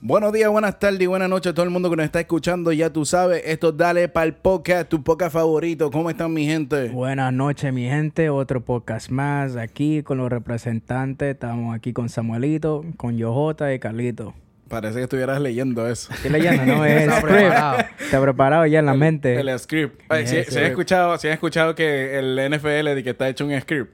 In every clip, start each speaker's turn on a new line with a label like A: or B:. A: Buenos días, buenas tardes y buenas noches a todo el mundo que nos está escuchando. Ya tú sabes, esto es Dale para el Podcast, tu podcast favorito. ¿Cómo están, mi gente?
B: Buenas noches, mi gente. Otro podcast más aquí con los representantes. Estamos aquí con Samuelito, con Yojota y Carlito.
A: Parece que estuvieras leyendo eso.
B: ¿Qué leyendo? No, es el script.
C: preparado.
B: Está preparado ya en la mente.
A: El script. Oye, si,
B: Yes,
A: si han escuchado, si han escuchado que el NFL de que está hecho un script.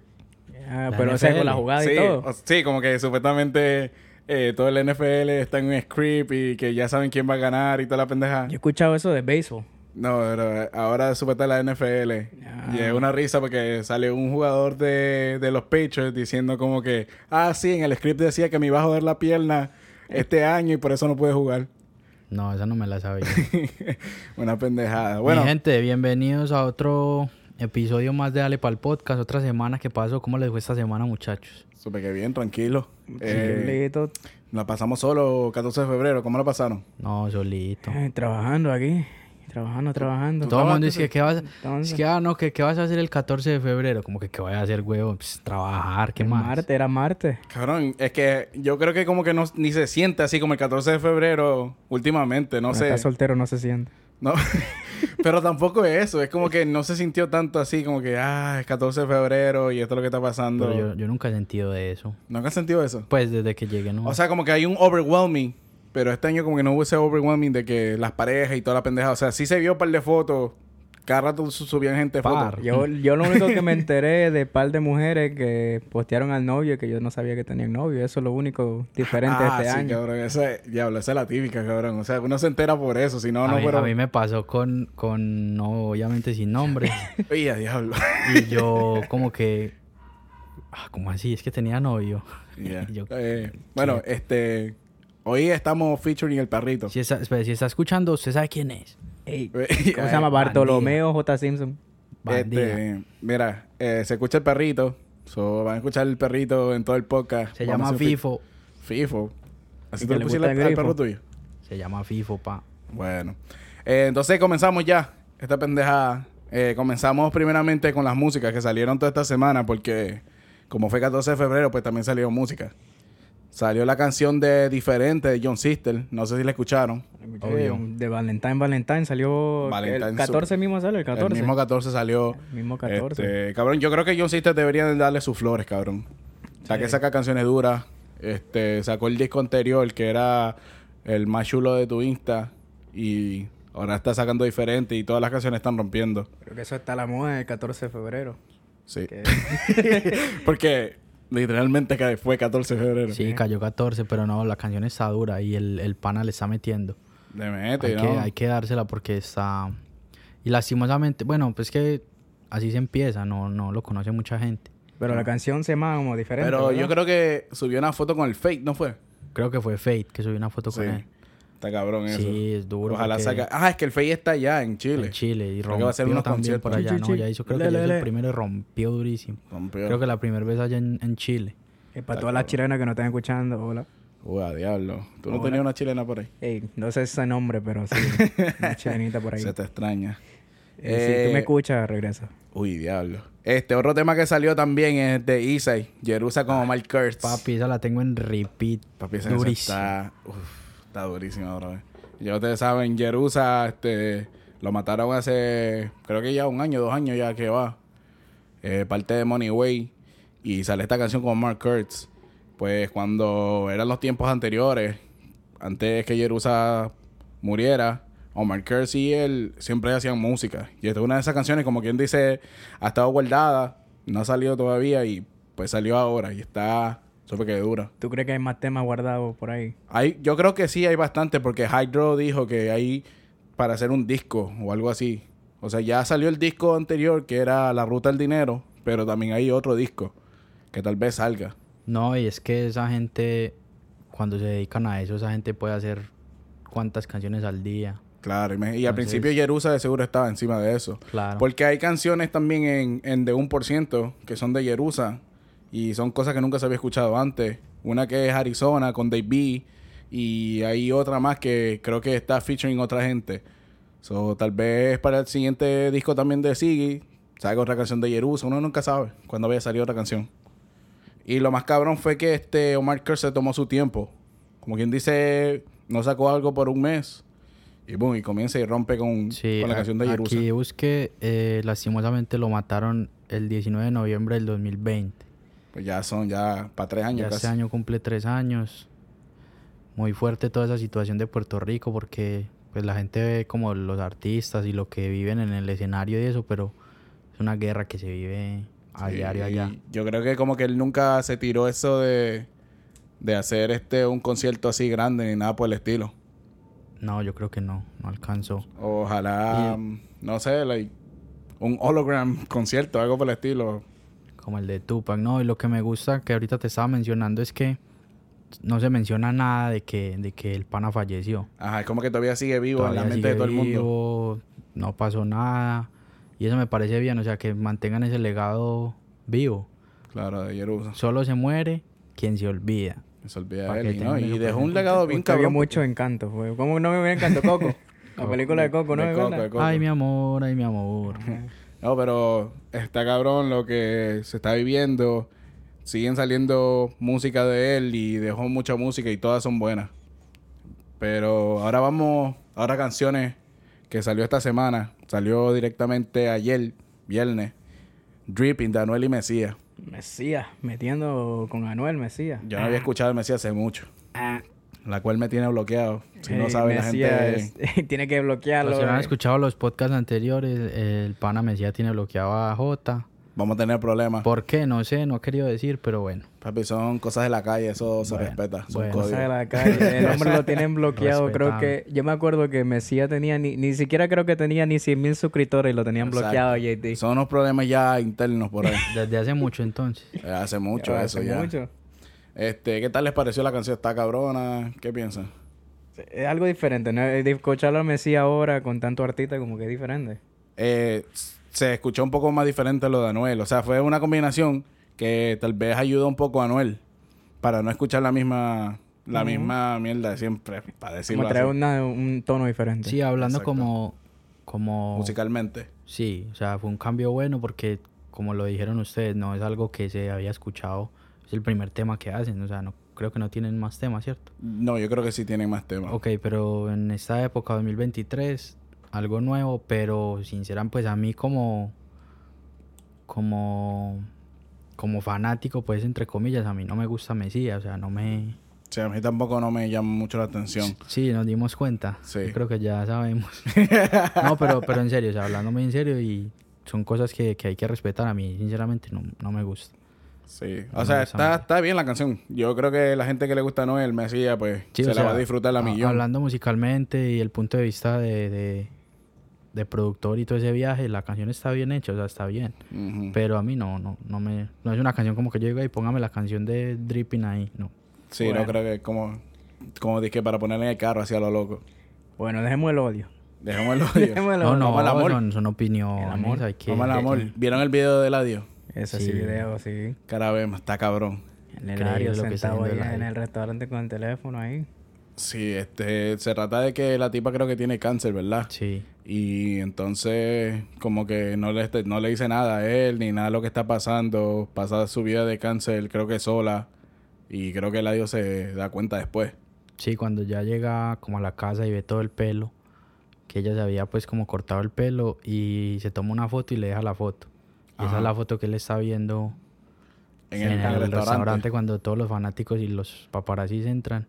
B: Ah,
C: La
B: pero o sea, con
C: NFL.
B: la jugada
A: sí,
B: y todo.
A: o- sí, como que supuestamente eh, todo el NFL está en un script y que ya saben quién va a ganar y toda la pendeja.
B: Yo he escuchado eso de béisbol.
A: No, pero ahora supuestamente la NFL. Y es una risa porque sale un jugador de, de los Patriots diciendo como que, ah, sí, en el script decía que me iba a joder la pierna este año y por eso no pude jugar.
C: No, esa no me la sabía.
A: una pendejada. Bueno,
C: Mi gente, bienvenidos a otro episodio más de Dale Pal Podcast. Otra semana que pasó. ¿Cómo les fue esta semana, muchachos?
A: supe que bien, tranquilo. Eh,
B: Carlito,
A: la pasamos solo 14 de febrero. ¿Cómo la pasaron?
C: No, solito.
B: eh, trabajando aquí. Trabajando, trabajando.
C: Todo el mundo dice que ¿qué vas,
B: Entonces.
C: es que, ah, no, que, ¿qué vas a hacer el 14 de febrero? Como que, ¿qué voy a hacer, huevo? Pues, trabajar, ¿qué más?
B: Marte, era Marte.
A: Cabrón, es que yo creo que como que no, ni se siente así como el 14 de febrero últimamente, no
B: Cuando
A: sé.
B: Está soltero, no se siente.
A: No, pero tampoco es eso. Es como que no se sintió tanto así, como que, ah, es 14 de febrero y esto es lo que está pasando.
C: Pero yo, yo nunca he sentido de eso.
A: ¿Nunca has sentido eso?
C: Pues desde que llegué, no.
A: O sea, como que hay un overwhelming. Pero este año como que no hubo ese overwhelming de que las parejas y toda la pendeja. O sea, sí se vio un par de fotos. Cada rato su- subían gente
C: Par.
A: fotos.
B: Yo, yo lo único que me enteré de par de mujeres que postearon al novio que yo no sabía que tenían novio. Eso es lo único diferente
A: Ah,
B: este
A: sí,
B: año.
A: cabrón. Esa es, diablo, esa es la típica, cabrón. O sea, uno se entera por eso. Si no,
C: a,
A: no
C: mí,
A: fuera...
C: a mí me pasó con, con, no, obviamente sin nombre.
A: Oye, a diablo.
C: y yo como que, ah, ¿cómo así? Es que tenía novio.
A: Ya.
C: Yo-
A: Eh, bueno, este... Hoy estamos featuring el perrito.
C: Si está, espere, si está escuchando, usted sabe quién es.
B: Ey,
A: Eh,
B: ¿Cómo se llama? Bartolomeo J. Simpson.
C: Bandida.
A: Este, mira, eh, se escucha el perrito. So, van a escuchar el perrito en todo el podcast.
C: Se
A: Vamos a hacer
C: llama
A: un fit-
C: FIFO.
A: FIFO. Así
B: ¿Y
A: tú
B: que
A: le
B: le
A: pusiste
B: gusta
A: al,
B: el
A: al
B: grifo?
A: perro tuyo.
C: Se llama FIFO, pa.
A: Bueno. Eh, entonces comenzamos ya. Esta pendejada. Eh, comenzamos primeramente con las músicas que salieron toda esta semana porque como fue 14 de febrero, pues también salió música. Salió la canción de Diferente de John Sister. No sé si la escucharon.
C: Obvio.
B: Eh, De Valentine, Valentine. Salió
A: Valentine
B: el 14 mismo sale, el 14.
A: El mismo 14 salió.
B: Mismo 14.
A: Este, cabrón, yo creo que John Sister debería darle sus flores, cabrón. O sea, que saca canciones duras. Este, sacó el disco anterior, que era el más chulo de tu Insta. Y ahora está sacando diferente y todas las canciones están rompiendo.
B: Creo que eso está la moda del 14 de febrero. Eh,
A: Sí.
B: Que-
A: Porque literalmente que fue 14 de febrero.
C: Sí, cayó 14, pero no, la canción está dura y el, el pana le está metiendo.
A: De mete,
C: Hay,
A: ¿no?
C: que, hay que dársela porque está... Y lastimosamente, bueno, pues que así se empieza, no, no lo conoce mucha gente.
B: Pero la canción se llama como diferente.
A: Pero yo
B: ¿verdad?
A: creo que subió una foto con el fake, ¿no fue?
C: Creo que fue Fate que subió una foto con él.
A: Está cabrón eso.
C: Sí, es duro.
A: Ojalá
C: porque
A: saca. Ah, es que el fake está allá en Chile.
C: en Chile y
A: Creo que va a ser
C: rompió
A: unos
C: también por allá,
B: conciertos. Sí,
C: ¿no?
B: sí,
C: Ya
B: sí.
C: hizo, creo
B: Le,
C: que
B: le,
C: ya hizo el
B: le.
C: primero y rompió durísimo.
A: Rompió.
C: Creo que la primera vez allá en, en Chile.
B: Y Eh, para todas las chilenas que nos están escuchando, hola.
A: Uy, a diablo. ¿Tú no tenías una chilena por ahí?
B: Ey, no sé ese nombre, pero sí. una chilenita por ahí.
A: Se te extraña.
B: Eh, si tú
A: Eh,
B: me escuchas, regresa.
A: Uy, diablo. Este otro tema que salió también es de Isai, Jerusa como Mark Kurtz.
C: Papi, esa la tengo en repeat.
A: Papi, esa canción
C: durísimo.
A: está, uf, está durísima, bro. Ya ustedes saben, Jerusa, este, lo mataron hace, creo que ya un año, dos años ya que va. Eh, parte de Money Way. Y sale esta canción con Mark Kurtz. Pues cuando eran los tiempos anteriores, antes que Jerusa muriera, Omar Kurtz y él siempre hacían música. Y esta es una de esas canciones, como quien dice, ha estado guardada, no ha salido todavía y pues salió ahora y está súper que dura.
B: ¿Tú crees que hay más temas guardados por ahí?
A: Hay, yo creo que sí hay bastante, porque Hydro dijo que hay para hacer un disco o algo así. O sea, ya salió el disco anterior que era La Ruta del Dinero, pero también hay otro disco que tal vez salga.
C: No, y es que esa gente, cuando se dedican a eso, esa gente puede hacer cuántas canciones al día.
A: Claro, y, me- y al
C: Entonces-
A: principio Jerusa de seguro estaba encima de eso.
C: Claro.
A: Porque hay canciones también en, en de 1% que son de Jerusa y son cosas que nunca se había escuchado antes. Una que es Arizona con Dave B y hay otra más que creo que está featuring otra gente. So, tal vez para el siguiente disco también de Siggy salga otra canción de Jerusa. Uno nunca sabe cuándo vaya a salir otra canción. Y lo más cabrón fue que este Omar Kerr se tomó su tiempo. Como quien dice, no sacó algo por un mes. Y boom, y comienza y rompe con,
C: Sí,
A: con la
C: a-
A: canción de Jerusalén.
C: Aquí busqué, eh, lastimosamente lo mataron el 19 de noviembre del 2020.
A: Pues ya son ya para tres años
C: Ya
A: casi.
C: este año cumple tres años. Muy fuerte toda esa situación de Puerto Rico porque pues la gente ve como los artistas y lo que viven en el escenario y eso, pero es una guerra que se vive a
A: Sí,
C: diario allá.
A: Yo creo que como que él nunca se tiró eso de, de hacer este un concierto así grande ni nada por el estilo.
C: No, yo creo que no, no alcanzó.
A: Ojalá, mm, no sé, like, un hologram concierto, algo por el estilo.
C: Como el de Tupac, ¿no? Y lo que me gusta que ahorita te estaba mencionando es que no se menciona nada de que, de que el pana falleció.
A: Ajá, es como que todavía sigue vivo en la
C: Todavía
A: mente de
C: sigue
A: todo el mundo.
C: vivo, No pasó nada. Y eso me parece bien, o sea, que mantengan ese legado vivo.
A: Claro, de Jerusalén.
C: Solo se muere quien se olvida.
A: Se olvida
C: Pa'
A: de
C: que
A: él. Y, no,
C: tengan
A: y
C: eso
A: dejó
C: presente.
A: un legado bien
B: Usted vio
A: cabrón.
B: mucho encanto. güey. ¿Cómo no me vio encanto, Coco? La película de Coco, ¿no?
A: De
B: ¿Es
A: Coco,
B: verdad?
A: de Coco.
C: Ay, mi amor, ay, mi amor.
A: No, pero está cabrón lo que se está viviendo. Siguen saliendo música de él y dejó mucha música y todas son buenas. Pero ahora vamos, ahora canciones que salió esta semana. Salió directamente ayer, viernes. Dripping de Anuel y Mesías.
B: Mesías, metiendo con Anuel Mesías.
A: Yo no había escuchado de Mesías hace mucho.
B: Ah,
A: La cual me tiene bloqueado. Si no
B: ey,
A: sabe la gente...
B: Mesías, tiene que bloquearlo.
C: Los que no han
B: eh.
C: escuchado los podcasts anteriores, el pana Mesías tiene bloqueado a Jota.
A: Vamos a tener problemas.
C: ¿Por qué? No sé, no he querido decir, pero bueno.
A: Papi, son cosas de la calle. Eso se respeta. Son
C: bueno.
A: códigos.
B: Cosa de la calle. El hombre lo tienen bloqueado. creo que. Yo me acuerdo que Mesías tenía. Ni, ni siquiera creo que tenía ni 100 mil suscriptores y lo tenían
A: Exacto.
B: bloqueado, JT.
A: Son unos problemas ya internos por ahí.
C: Desde hace mucho entonces.
A: Eh, Hace mucho
B: Hace
A: eso ya.
B: mucho.
A: Este, ¿qué tal les pareció la canción? ¿Está cabrona? ¿Qué piensan?
B: Es algo diferente. ¿no? El de Escucharlo a Mesías ahora con tanto artista, como que es diferente.
A: Eh, s- se escuchó un poco más diferente lo de Anuel. O sea, fue una combinación que tal vez ayudó un poco a Anuel para no escuchar la misma la misma mierda de siempre, para decirlo
B: como trae
A: así,
B: una- un tono diferente.
C: Sí, hablando
A: Exacto.
C: como... como
A: musicalmente.
C: Sí, o sea, fue un cambio bueno porque, como lo dijeron ustedes, no es algo que se había escuchado. Es el primer tema que hacen, o sea, no creo que no tienen más temas, ¿cierto?
A: No, yo creo que sí tienen más temas.
C: Ok, pero en esta época, 2023, algo nuevo, pero sinceran, pues a mí como. como. como fanático, pues entre comillas, a mí no me gusta Mesías, o sea, no me.
A: O sea, a mí tampoco no me llama mucho la atención.
C: Sí, nos dimos cuenta.
A: Sí.
C: Yo creo que ya sabemos. no, pero, pero en serio, o sea, hablando muy en serio y son cosas que, que hay que respetar. A mí, sinceramente, no, no me gusta.
A: Sí.
C: No
A: O sea,
C: me
A: está,
C: llama.
A: está bien la canción. Yo creo que la gente que le gusta Anuel, Mesías, pues se
C: Sí,
A: la
C: o sea,
A: va a disfrutar la
C: ha-
A: millón.
C: Hablando musicalmente y el punto de vista de, de, de productor y todo ese viaje, la canción está bien hecha, o sea, está bien.
A: Ujú.
C: Pero a mí no, no, no me... No es una canción como que yo digo, y póngame la canción de Dripping ahí, no.
A: Sí, no
B: Bueno.
A: creo que como, como dije, para ponerle en el carro hacia lo loco.
B: Bueno, dejemos el odio.
A: Dejémoslo.
B: Dejemos el
C: No,
B: odio.
C: no,
A: vamos al amor.
C: Son, son opiniones,
B: El amor.
C: hay que...
A: Vamos al
C: hay
A: amor.
C: que
A: ¿Vieron el video de Eladio?
B: Ese
C: Sí.
B: sí, video, sí.
A: Cada vez más, está cabrón.
B: El
C: Increíble
B: Eladio
C: lo que está
B: sentado ahí
C: haciendo el
B: en
C: Eladio.
B: el restaurante con el teléfono ahí.
A: Sí, este, se trata de que la tipa creo que tiene cáncer, ¿verdad?
C: Sí.
A: Y entonces, como que no le, este- no le dice nada a él, ni nada de lo que está pasando. Pasa su vida de cáncer, creo que sola. Y creo que Eladio se da cuenta después.
C: Sí, cuando ya llega como a la casa y ve todo el pelo, que ella se había pues como cortado el pelo y se toma una foto y le deja la foto. Y esa
A: Ajá.
C: es la foto que él está viendo
A: En el, en el restaurante.
C: cuando todos los fanáticos y los paparazzis entran.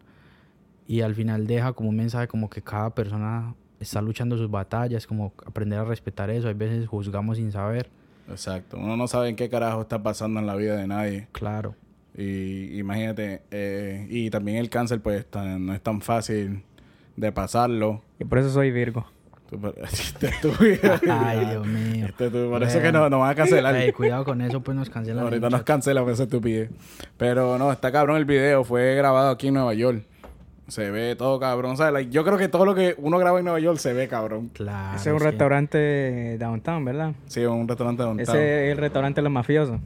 C: Y al final deja como un mensaje como que cada persona está luchando sus batallas, como aprender a respetar eso. Hay veces juzgamos sin saber.
A: Exacto. Uno no sabe en qué carajo está pasando en la vida de nadie.
C: Claro.
A: Y imagínate, eh, y también el cáncer, pues tan- no es tan fácil de pasarlo.
B: Y por eso soy Virgo.
A: Tú- Este
C: Ah,
A: estúpido.
C: Ay, Dios mío.
A: Este estúpido. Por eso que no, nos van a cancelar.
C: Ey, cuidado con eso, pues nos cancelan.
A: Ahorita nos cancelan por esa estupidez. Pero no, está cabrón el video. Fue grabado aquí en Nueva York. Se ve todo cabrón. O sea, like, yo creo que todo lo que uno graba en Nueva York se ve cabrón.
C: Claro.
B: Ese Ah, es un
C: que-
B: restaurante downtown, ¿verdad?
A: Sí, un restaurante downtown.
B: Ese es el restaurante de los mafiosos.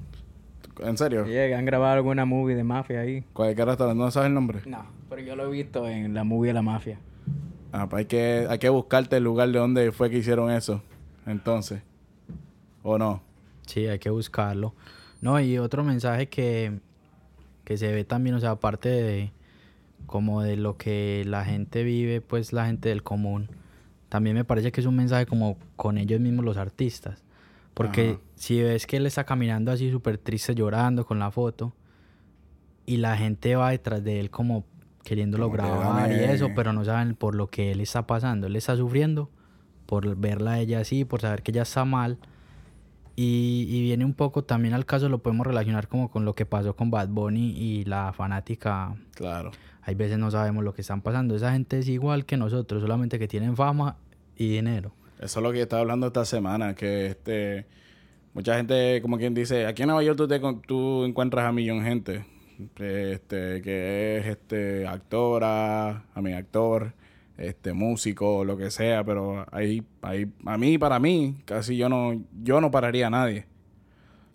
A: ¿En serio?
B: Yeah, han grabado alguna movie de mafia ahí.
A: Cualquier restaurante, no sabes el nombre.
B: No, pero yo lo he visto en la movie de la mafia.
A: Ah, pues hay que, hay que buscarte el lugar de donde fue que hicieron eso. Entonces. ¿O no?
C: Sí, hay que buscarlo. No, y otro mensaje que, que se ve también, o sea, aparte de como de lo que la gente vive, pues la gente del común. También me parece que es un mensaje como con ellos mismos los artistas. Porque
A: Ajá.
C: si ves que él está caminando así súper triste, llorando con la foto, y la gente va detrás de él como queriéndolo
A: Como que
C: grabar y
A: dame-
C: eso, pero no saben por lo que él está pasando. Él está sufriendo por verla a ella así, por saber que ella está mal. Y, y viene un poco también al caso, lo podemos relacionar como con lo que pasó con Bad Bunny y la fanática.
A: Claro.
C: Hay veces no sabemos lo que están pasando. Esa gente es igual que nosotros, solamente que tienen fama y dinero.
A: Eso es lo que yo estaba hablando esta semana, que este mucha gente, como quien dice, aquí en Nueva York tú, te, con- tú encuentras a millón gente, este, que es este actora, a mi actor, este músico, lo que sea, pero ahí, ahí, a mí, para mí, casi yo no, yo no pararía a nadie.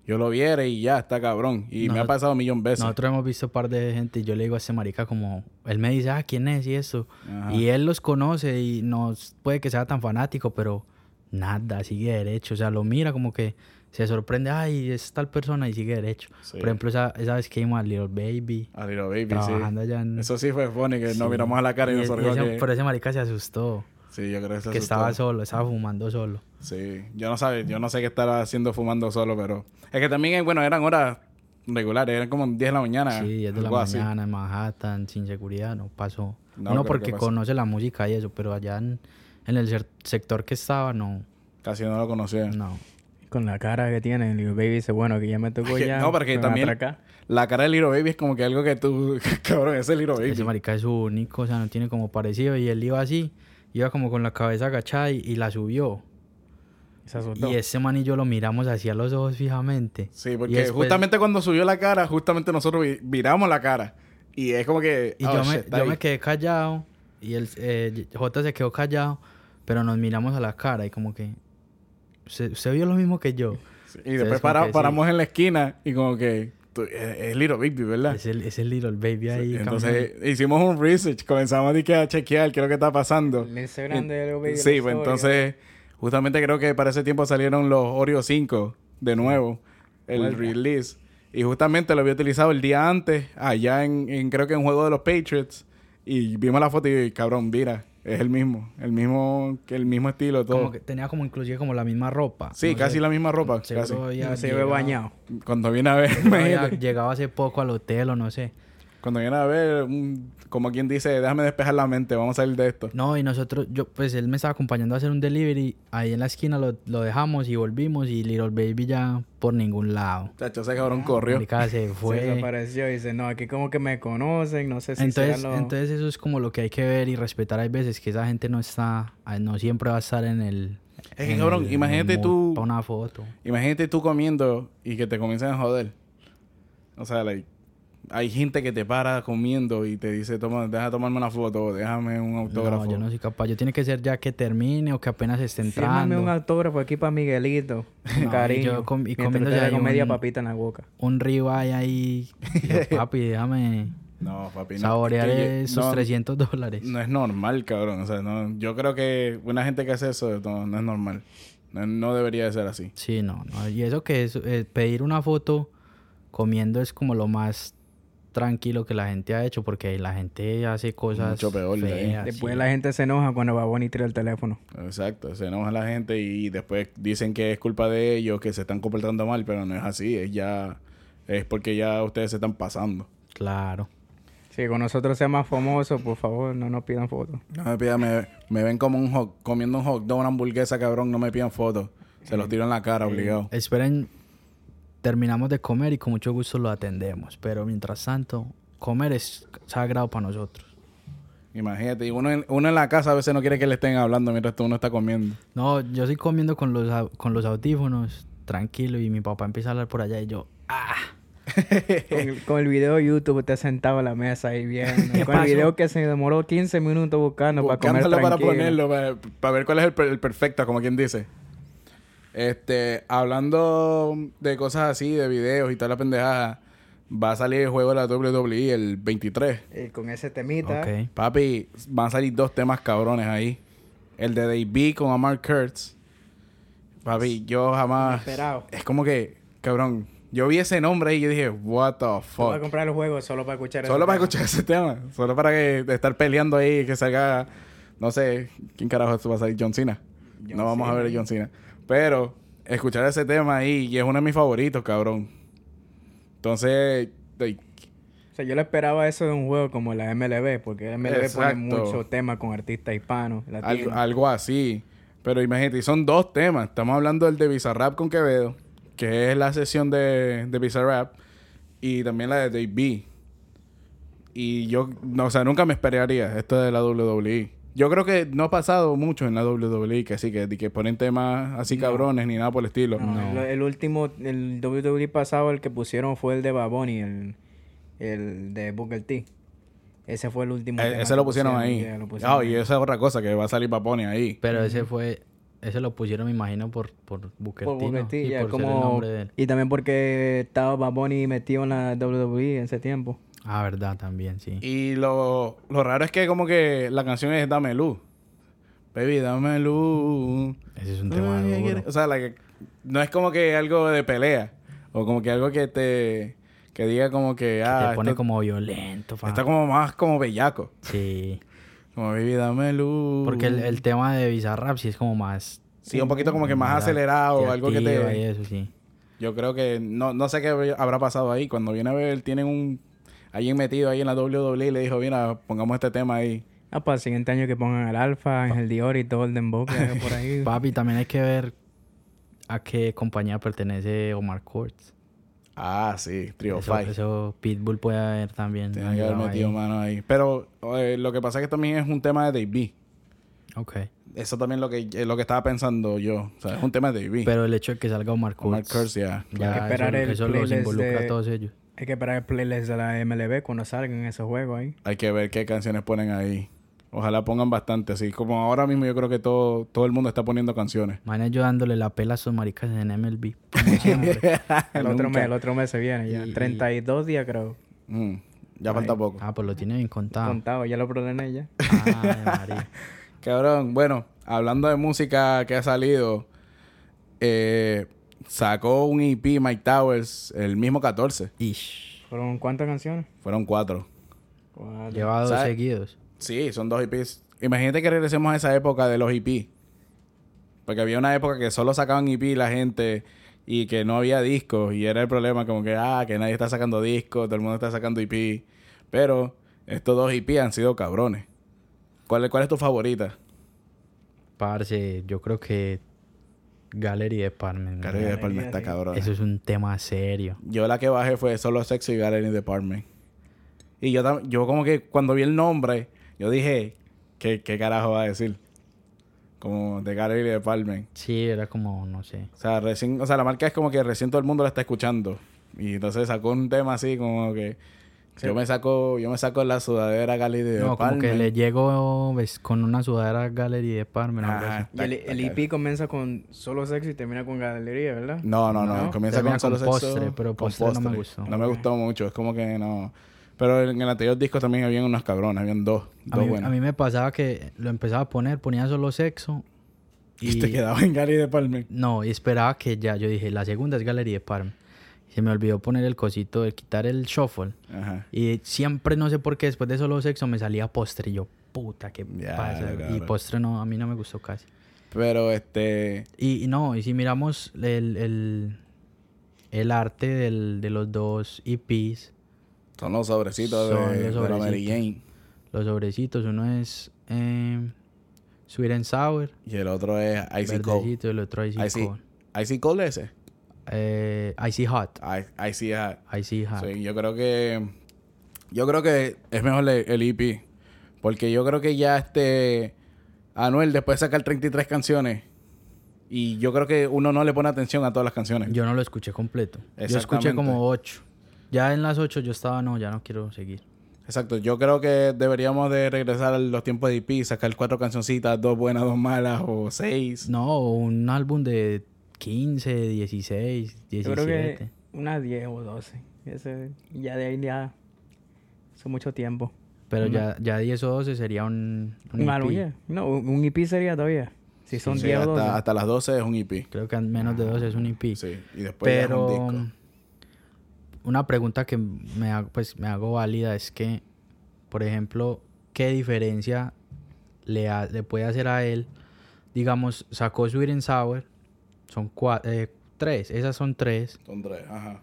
A: Yo lo viera y ya, está cabrón. Y me
C: Nosot-
A: ha pasado un millón veces.
C: Nosotros hemos visto un par de gente y yo le digo a ese marica como, él me dice, ah, ¿quién es? Y eso.
A: Ajá.
C: Y él los conoce y no s- puede que sea tan fanático, pero nada, sigue derecho. O sea, lo mira como que se sorprende, ay, es tal persona y sigue derecho.
A: Sí.
C: Por ejemplo, esa, esa vez que vimos a Little Baby
A: A Little Baby, sí.
C: trabajando allá en...
A: Eso sí fue funny, que
C: Sí.
A: nos miramos a la cara y,
C: Y-
A: nos
C: y
A: sorrió
C: ese-
A: que-
C: Pero ese marica se asustó,
A: Sí, yo creo que, se
C: que estaba
A: asustó.
C: solo, estaba fumando solo.
A: Sí, yo no sabe, yo no sé qué estará haciendo fumando solo, pero es que también, eh, bueno, eran horas regulares, eran como 10 de la mañana.
C: Sí, 10 de la
A: algo así.
C: mañana en Manhattan, sin seguridad, no pasó.
A: No creo
C: Uno
A: que
C: porque
A: pase.
C: conoce la música y eso, pero allá en, en el cer- sector que estaba, no.
A: Casi no lo conocía.
C: No.
B: Con la cara que tiene, Lil Baby dice, bueno, que ya me tocó
A: Que-
B: ya.
A: no,
B: me
A: porque
B: van a
A: también-
B: atracar.
A: La cara de Little Baby es como que algo que tú, cabrón, ese Little Baby.
C: Ese marica es único, o sea, no tiene como parecido. Y él iba así, iba como con la cabeza agachada y, y la subió.
B: Se asustó.
C: Y ese man y yo lo miramos hacia los ojos fijamente.
A: Sí,
C: Y
A: porque
C: después-
A: justamente cuando subió la cara, justamente nosotros vi- viramos la cara. Y es como que.
C: Y
A: oh,
C: yo,
A: shit,
C: me,
A: está
C: yo
A: ahí.
C: me quedé callado y el eh, J se quedó callado, pero nos miramos a la cara y como que... ¿Usted, usted vio lo mismo que yo?
A: Sí, Y después
C: es como
A: para-
C: que sí.
A: paramos en la esquina y como que. tú- es, es Little Baby, ¿verdad?
C: Es el, es el Little Baby ahí.
A: Entonces hicimos un research, comenzamos a, dizque a chequear qué es lo que está pasando.
B: El Instagram de Lil Baby.
A: Sí,
B: la
A: pues
B: historia.
A: entonces, justamente creo que para ese tiempo salieron los Oreo 5 de nuevo, el release. Y justamente lo había utilizado el día antes, allá en, en- creo que en juego de los Patriots. Y vimos la foto y cabrón, mira, es el mismo, el mismo, que el mismo estilo, todo.
C: Como que tenía como inclusive como la misma ropa.
A: sí,
C: No
A: casi
C: sé,
A: la misma ropa, casi.
C: seguro ya
B: No se ve
C: llegaba-
B: bañado.
A: Cuando viene a ver,
C: no había
A: imagínate,
C: llegado hace poco al hotel o no sé.
A: cuando viene a ver, un- como quien dice, déjame despejar la mente, vamos a salir de esto.
C: No, y nosotros, yo, pues él me estaba acompañando a hacer un delivery. Ahí en la esquina lo, lo dejamos y volvimos. Y Little Baby ya por ningún lado.
A: Chacho, ese
C: Ah,
A: cabrón corrió.
C: Marica, se fue.
B: Se desapareció y dice, no, aquí como que me conocen, no sé si
C: entonces,
B: será lo-
C: entonces eso es como lo que hay que ver y respetar. Hay veces que esa gente no está, no siempre va a estar en el.
A: que, cabrón, imagínate tú-
C: para Una foto.
A: Imagínate tú comiendo y que te comiencen a joder. O sea, like, hay gente que te para comiendo y te dice, Toma, deja tomarme una foto, déjame un autógrafo.
C: No, yo no soy capaz. Yo tiene que ser ya que termine o que apenas esté entrando.
B: Fírmame un autógrafo aquí para Miguelito.
C: No,
B: cariño.
C: yo com- y
B: Mientras
C: comiéndose
B: usted le
C: ahí
B: con media
C: un-
B: papita en la boca.
C: un ribeye ahí. Yo, papi, déjame
A: No, papi, no.
C: saborear
A: Es que yo-
C: esos
A: no,
C: 300 dólares.
A: No es normal, cabrón. O sea, no, yo creo que una gente que hace eso no, no es normal. No, no debería de ser así.
C: Sí, no, no. Y eso que es eh, pedir una foto comiendo es como lo más tranquilo que la gente ha hecho porque la gente hace cosas
A: Mucho peor ¿eh? de ahí.
C: feas,
B: Después
C: sí.
B: la gente se enoja cuando va Bonnie tira el teléfono.
A: Exacto. Se enoja la gente y después dicen que es culpa de ellos, que se están comportando mal, pero no es así. Es ya... Es porque ya ustedes se están pasando.
C: Claro.
B: Si con nosotros sea más famoso, por favor, no nos pidan fotos.
A: No me pidan, me, me ven como un hot, comiendo un hot dog, una hamburguesa, cabrón, no me pidan fotos. Se los tiro en la cara, obligado.
C: Esperen, terminamos de comer y con mucho gusto lo atendemos. Pero mientras tanto, comer es sagrado para nosotros.
A: Imagínate, y uno en, uno en la casa a veces no quiere que le estén hablando mientras tú uno está comiendo.
C: No, yo estoy comiendo con los, au- con los audífonos, tranquilo, y mi papá empieza a hablar por allá y yo, ah,
B: Con el, con el video de YouTube, usted sentado a la mesa ahí viendo.
C: ¿Qué
B: Con el
C: pasó?
B: video que se demoró 15 minutos buscando, para
A: Buscándolo
B: comer
A: para
B: tranquilo.
A: ponerlo, para, para ver cuál es el, per- el perfecto, como quien dice. Este, hablando de cosas así, de videos y tal la pendejada, va a salir el juego de la WWE el 23.
B: Y con ese temita.
C: ok.
A: Papi, van a salir dos temas cabrones ahí. El de Davey con Amar Kurtz. Papi, yo jamás.
B: Inesperado.
A: Ah, Es como que, cabrón, Yo vi ese nombre y yo dije, what the
B: Voy a
A: fuck.
B: comprar el juego solo para escuchar
A: Solo
B: ese
A: para
B: tema.
A: escuchar ese tema. Solo para que de estar peleando ahí y que salga. No sé quién carajo esto va a salir, John Cena.
B: John
A: no vamos a ver a
B: Cena.
A: John Cena. Pero escuchar ese tema ahí y es uno de mis favoritos, cabrón. Entonces, like,
B: O sea, yo le esperaba eso de un juego como la MLB, porque la MLB pone
A: Exacto.
B: mucho tema con artistas hispanos.
A: algo,
B: latinos.
A: algo así. Pero imagínate, y son dos temas. Estamos hablando del de Bizarrap con Quevedo, que es la sesión de, de Bizarrap, y también la de Dave B. Y yo, no, o sea, nunca me esperaría esto de la WWE. Yo creo que no ha pasado mucho en la WWE, que así que, de que ponen temas así cabrones ni nada por el estilo.
B: No, El, el último, el WWE pasado, el que pusieron fue el de Baboni, el, el de Booker T. Ese fue el último.
A: Eh,
B: tema
A: ese
B: que
A: lo pusieron ahí.
B: ya, lo pusieron
A: Ah, y esa es otra cosa, que va a salir Paponi ahí.
C: Pero ese fue. Ese lo pusieron, me imagino, por, por Booker
B: Por
C: T, ¿no?
B: Booker T,
C: Y
B: ya,
C: por ser el
B: como,
C: nombre de él.
B: y también porque estaba Baboni metido en la WWE en ese tiempo.
C: Ah, verdad, también, sí.
A: Y lo, lo raro es que como que la canción es Dame Luz. Baby, dame luz.
C: Ese es un tema
A: Ay,
C: duro.
A: quiere- O sea, la que- no es como que algo de pelea. O como que algo que te... Que diga como que... ah,
C: Te pone
A: esto-
C: como violento, fa.
A: Está como más como bellaco.
C: Sí.
A: Como baby, dame luz.
C: Porque el, el tema de Bizarrap sí es como más.
A: Uh. Sí, un poquito como que más
C: ¿verdad?
A: acelerado o algo que
C: activa y
A: te...
C: eso, sí.
A: Yo creo que... No, no sé qué habrá pasado ahí. Cuando viene a ver, tienen un... Alguien metido ahí en la WWE y le dijo, mira, pongamos este tema ahí.
B: Ah, para el siguiente año que pongan al Alfa, Ángel Dior y todo el Dembow que haga por ahí.
C: Papi, también hay que ver a qué compañía pertenece Omar Courts.
A: Ah, sí, Trio
C: Eso,
A: Five.
C: eso Pitbull puede haber también.
A: Tenía que haber
C: ayudado ahí.
A: metido mano ahí. Pero eh, lo que pasa es que también es un tema de Davey.
C: Ok.
A: Eso también es lo que, es lo que estaba pensando yo. O sea, es un tema de Davey.
C: Pero pues, el hecho de que salga Omar Courts.
A: Omar Kurz, ya.
C: ya
B: Hay que esperar
C: eso,
B: el
C: eso los
B: playlist
C: involucra
B: de-
C: a todos ellos.
B: Hay que esperar el playlist de la MLB cuando salgan esos juegos ahí.
A: Hay que ver qué canciones ponen ahí. Ojalá pongan bastante. Así como ahora mismo yo creo que todo, todo el mundo está poniendo canciones.
C: Mañana yo dándole la pela a esos maricas en MLB. como siempre.
B: El otro
A: Nunca.
B: mes, el otro mes se viene ya. 32 días creo.
A: Mm, ya falta poco.
C: ah, pues lo tiene bien contado.
B: Contado, ya lo programé ya.
C: Ay, María.
A: Cabrón, bueno, hablando de música que ha salido, eh, sacó un EP Mike Towers el mismo 14.
C: Ish.
B: ¿Fueron cuántas canciones?
A: Fueron cuatro.
B: Cuatro.
C: Lleva dos
A: ¿Sabe?
C: seguidos.
A: Sí, son dos EPs. Imagínate que regresemos a esa época de los EP. Porque había una época que solo sacaban EP la gente y que no había discos. Y era el problema, como que, ah, que nadie está sacando discos, todo el mundo está sacando EP. Pero estos dos EP han sido cabrones. ¿Cuál, cuál es tu favorita?
C: Parce, yo creo que Gallery de Parmen. ¿no?
A: Galería de Palma está
B: sí.
A: cabrona.
C: Eso es un tema serio.
A: Yo la que bajé fue solo Sexy Gallery Department. Y yo, tam- yo como que cuando vi el nombre, yo dije, ¿qué, qué carajo va a decir? Como de Gallery Department.
C: Sí, era como, no sé.
A: O sea, recién, o sea, la marca es como que recién todo el mundo la está escuchando. Y entonces sacó un tema así como que yo me saco, yo me saco la sudadera Gali de
C: No, como que
A: Palmer.
C: le llego ves, con una sudadera Gallery de Parmen. algo
A: Ajá.
C: así.
B: Y el, el EP comienza con solo sexo y termina con galería, ¿verdad?
A: No, no, no,
B: No,
A: comienza con
C: termina
A: solo
C: con
A: sexo,
C: postre, pero
A: con
C: postre no me gustó.
A: No me gustó mucho, es como que no. Pero en el anterior disco también habían unas cabronas, habían dos,
C: A
A: dos
C: mí,
A: buenas.
C: a mí me pasaba que lo empezaba a poner, ponía solo sexo.
A: Y te quedaba en Gali de Palmer.
C: No, y esperaba que ya, yo dije, la segunda es Galería de Parmen. Y se me olvidó poner el cosito de quitar el shuffle.
A: Ajá.
C: Y siempre, no sé por qué, después de solo sexo me salía postre. Y yo, puta, qué
A: Ya,
C: pasa. Y
A: claro.
C: postre no, a mí no me gustó casi.
A: Pero este,
C: Y, y no, y si miramos el, el, el arte del- de los dos EPs,
A: son los sobrecitos
C: Son
A: de,
C: los
A: de la Mary
C: sobrecitos.
A: Jane.
C: los sobrecitos, uno es eh, Sweet and Sour,
A: Y el otro es Icy Cold.
C: verdecito, el otro Icy
A: Icy,
C: Cold.
A: Icy Cold ese.
C: Eh, Icy Hot.
A: I- Icy Hot.
C: Icy Hot.
A: Sí, yo creo que. Yo creo que es mejor el, el EP. Porque yo creo que ya este. Anuel después de sacar 33 canciones. Y yo creo que uno no le pone atención a todas las canciones.
C: Yo no lo escuché completo. Yo escuché
A: Exactamente.
C: como ocho. Ya en las ocho yo estaba, no, ya no quiero seguir.
A: Exacto. Yo creo que deberíamos de regresar a los tiempos de EP. Sacar cuatro cancioncitas, dos buenas, dos malas o seis.
C: No, un álbum de 15, 16, 17.
B: Yo creo que unas 10 o 12. Ese, ya de ahí ya... Hace mucho tiempo.
C: Pero ya, ya 10 o 12 sería un, un
B: Un
C: EP.
B: álbum, ya. No, un un EP sería todavía. Si son
A: Sí,
B: 10 o 12.
A: hasta, hasta las 12 es un E EP.
C: Creo que menos de 12 es un EP.
A: Sí. Y después Pues ya es un
C: Pero um,
A: disco.
C: una pregunta que me hago, pues, me hago válida es que, por ejemplo, ¿qué diferencia le, ha- le puede hacer a él? Digamos, sacó Sweet and Sour, son cua- eh, tres, esas son tres,
A: Son tres, ajá.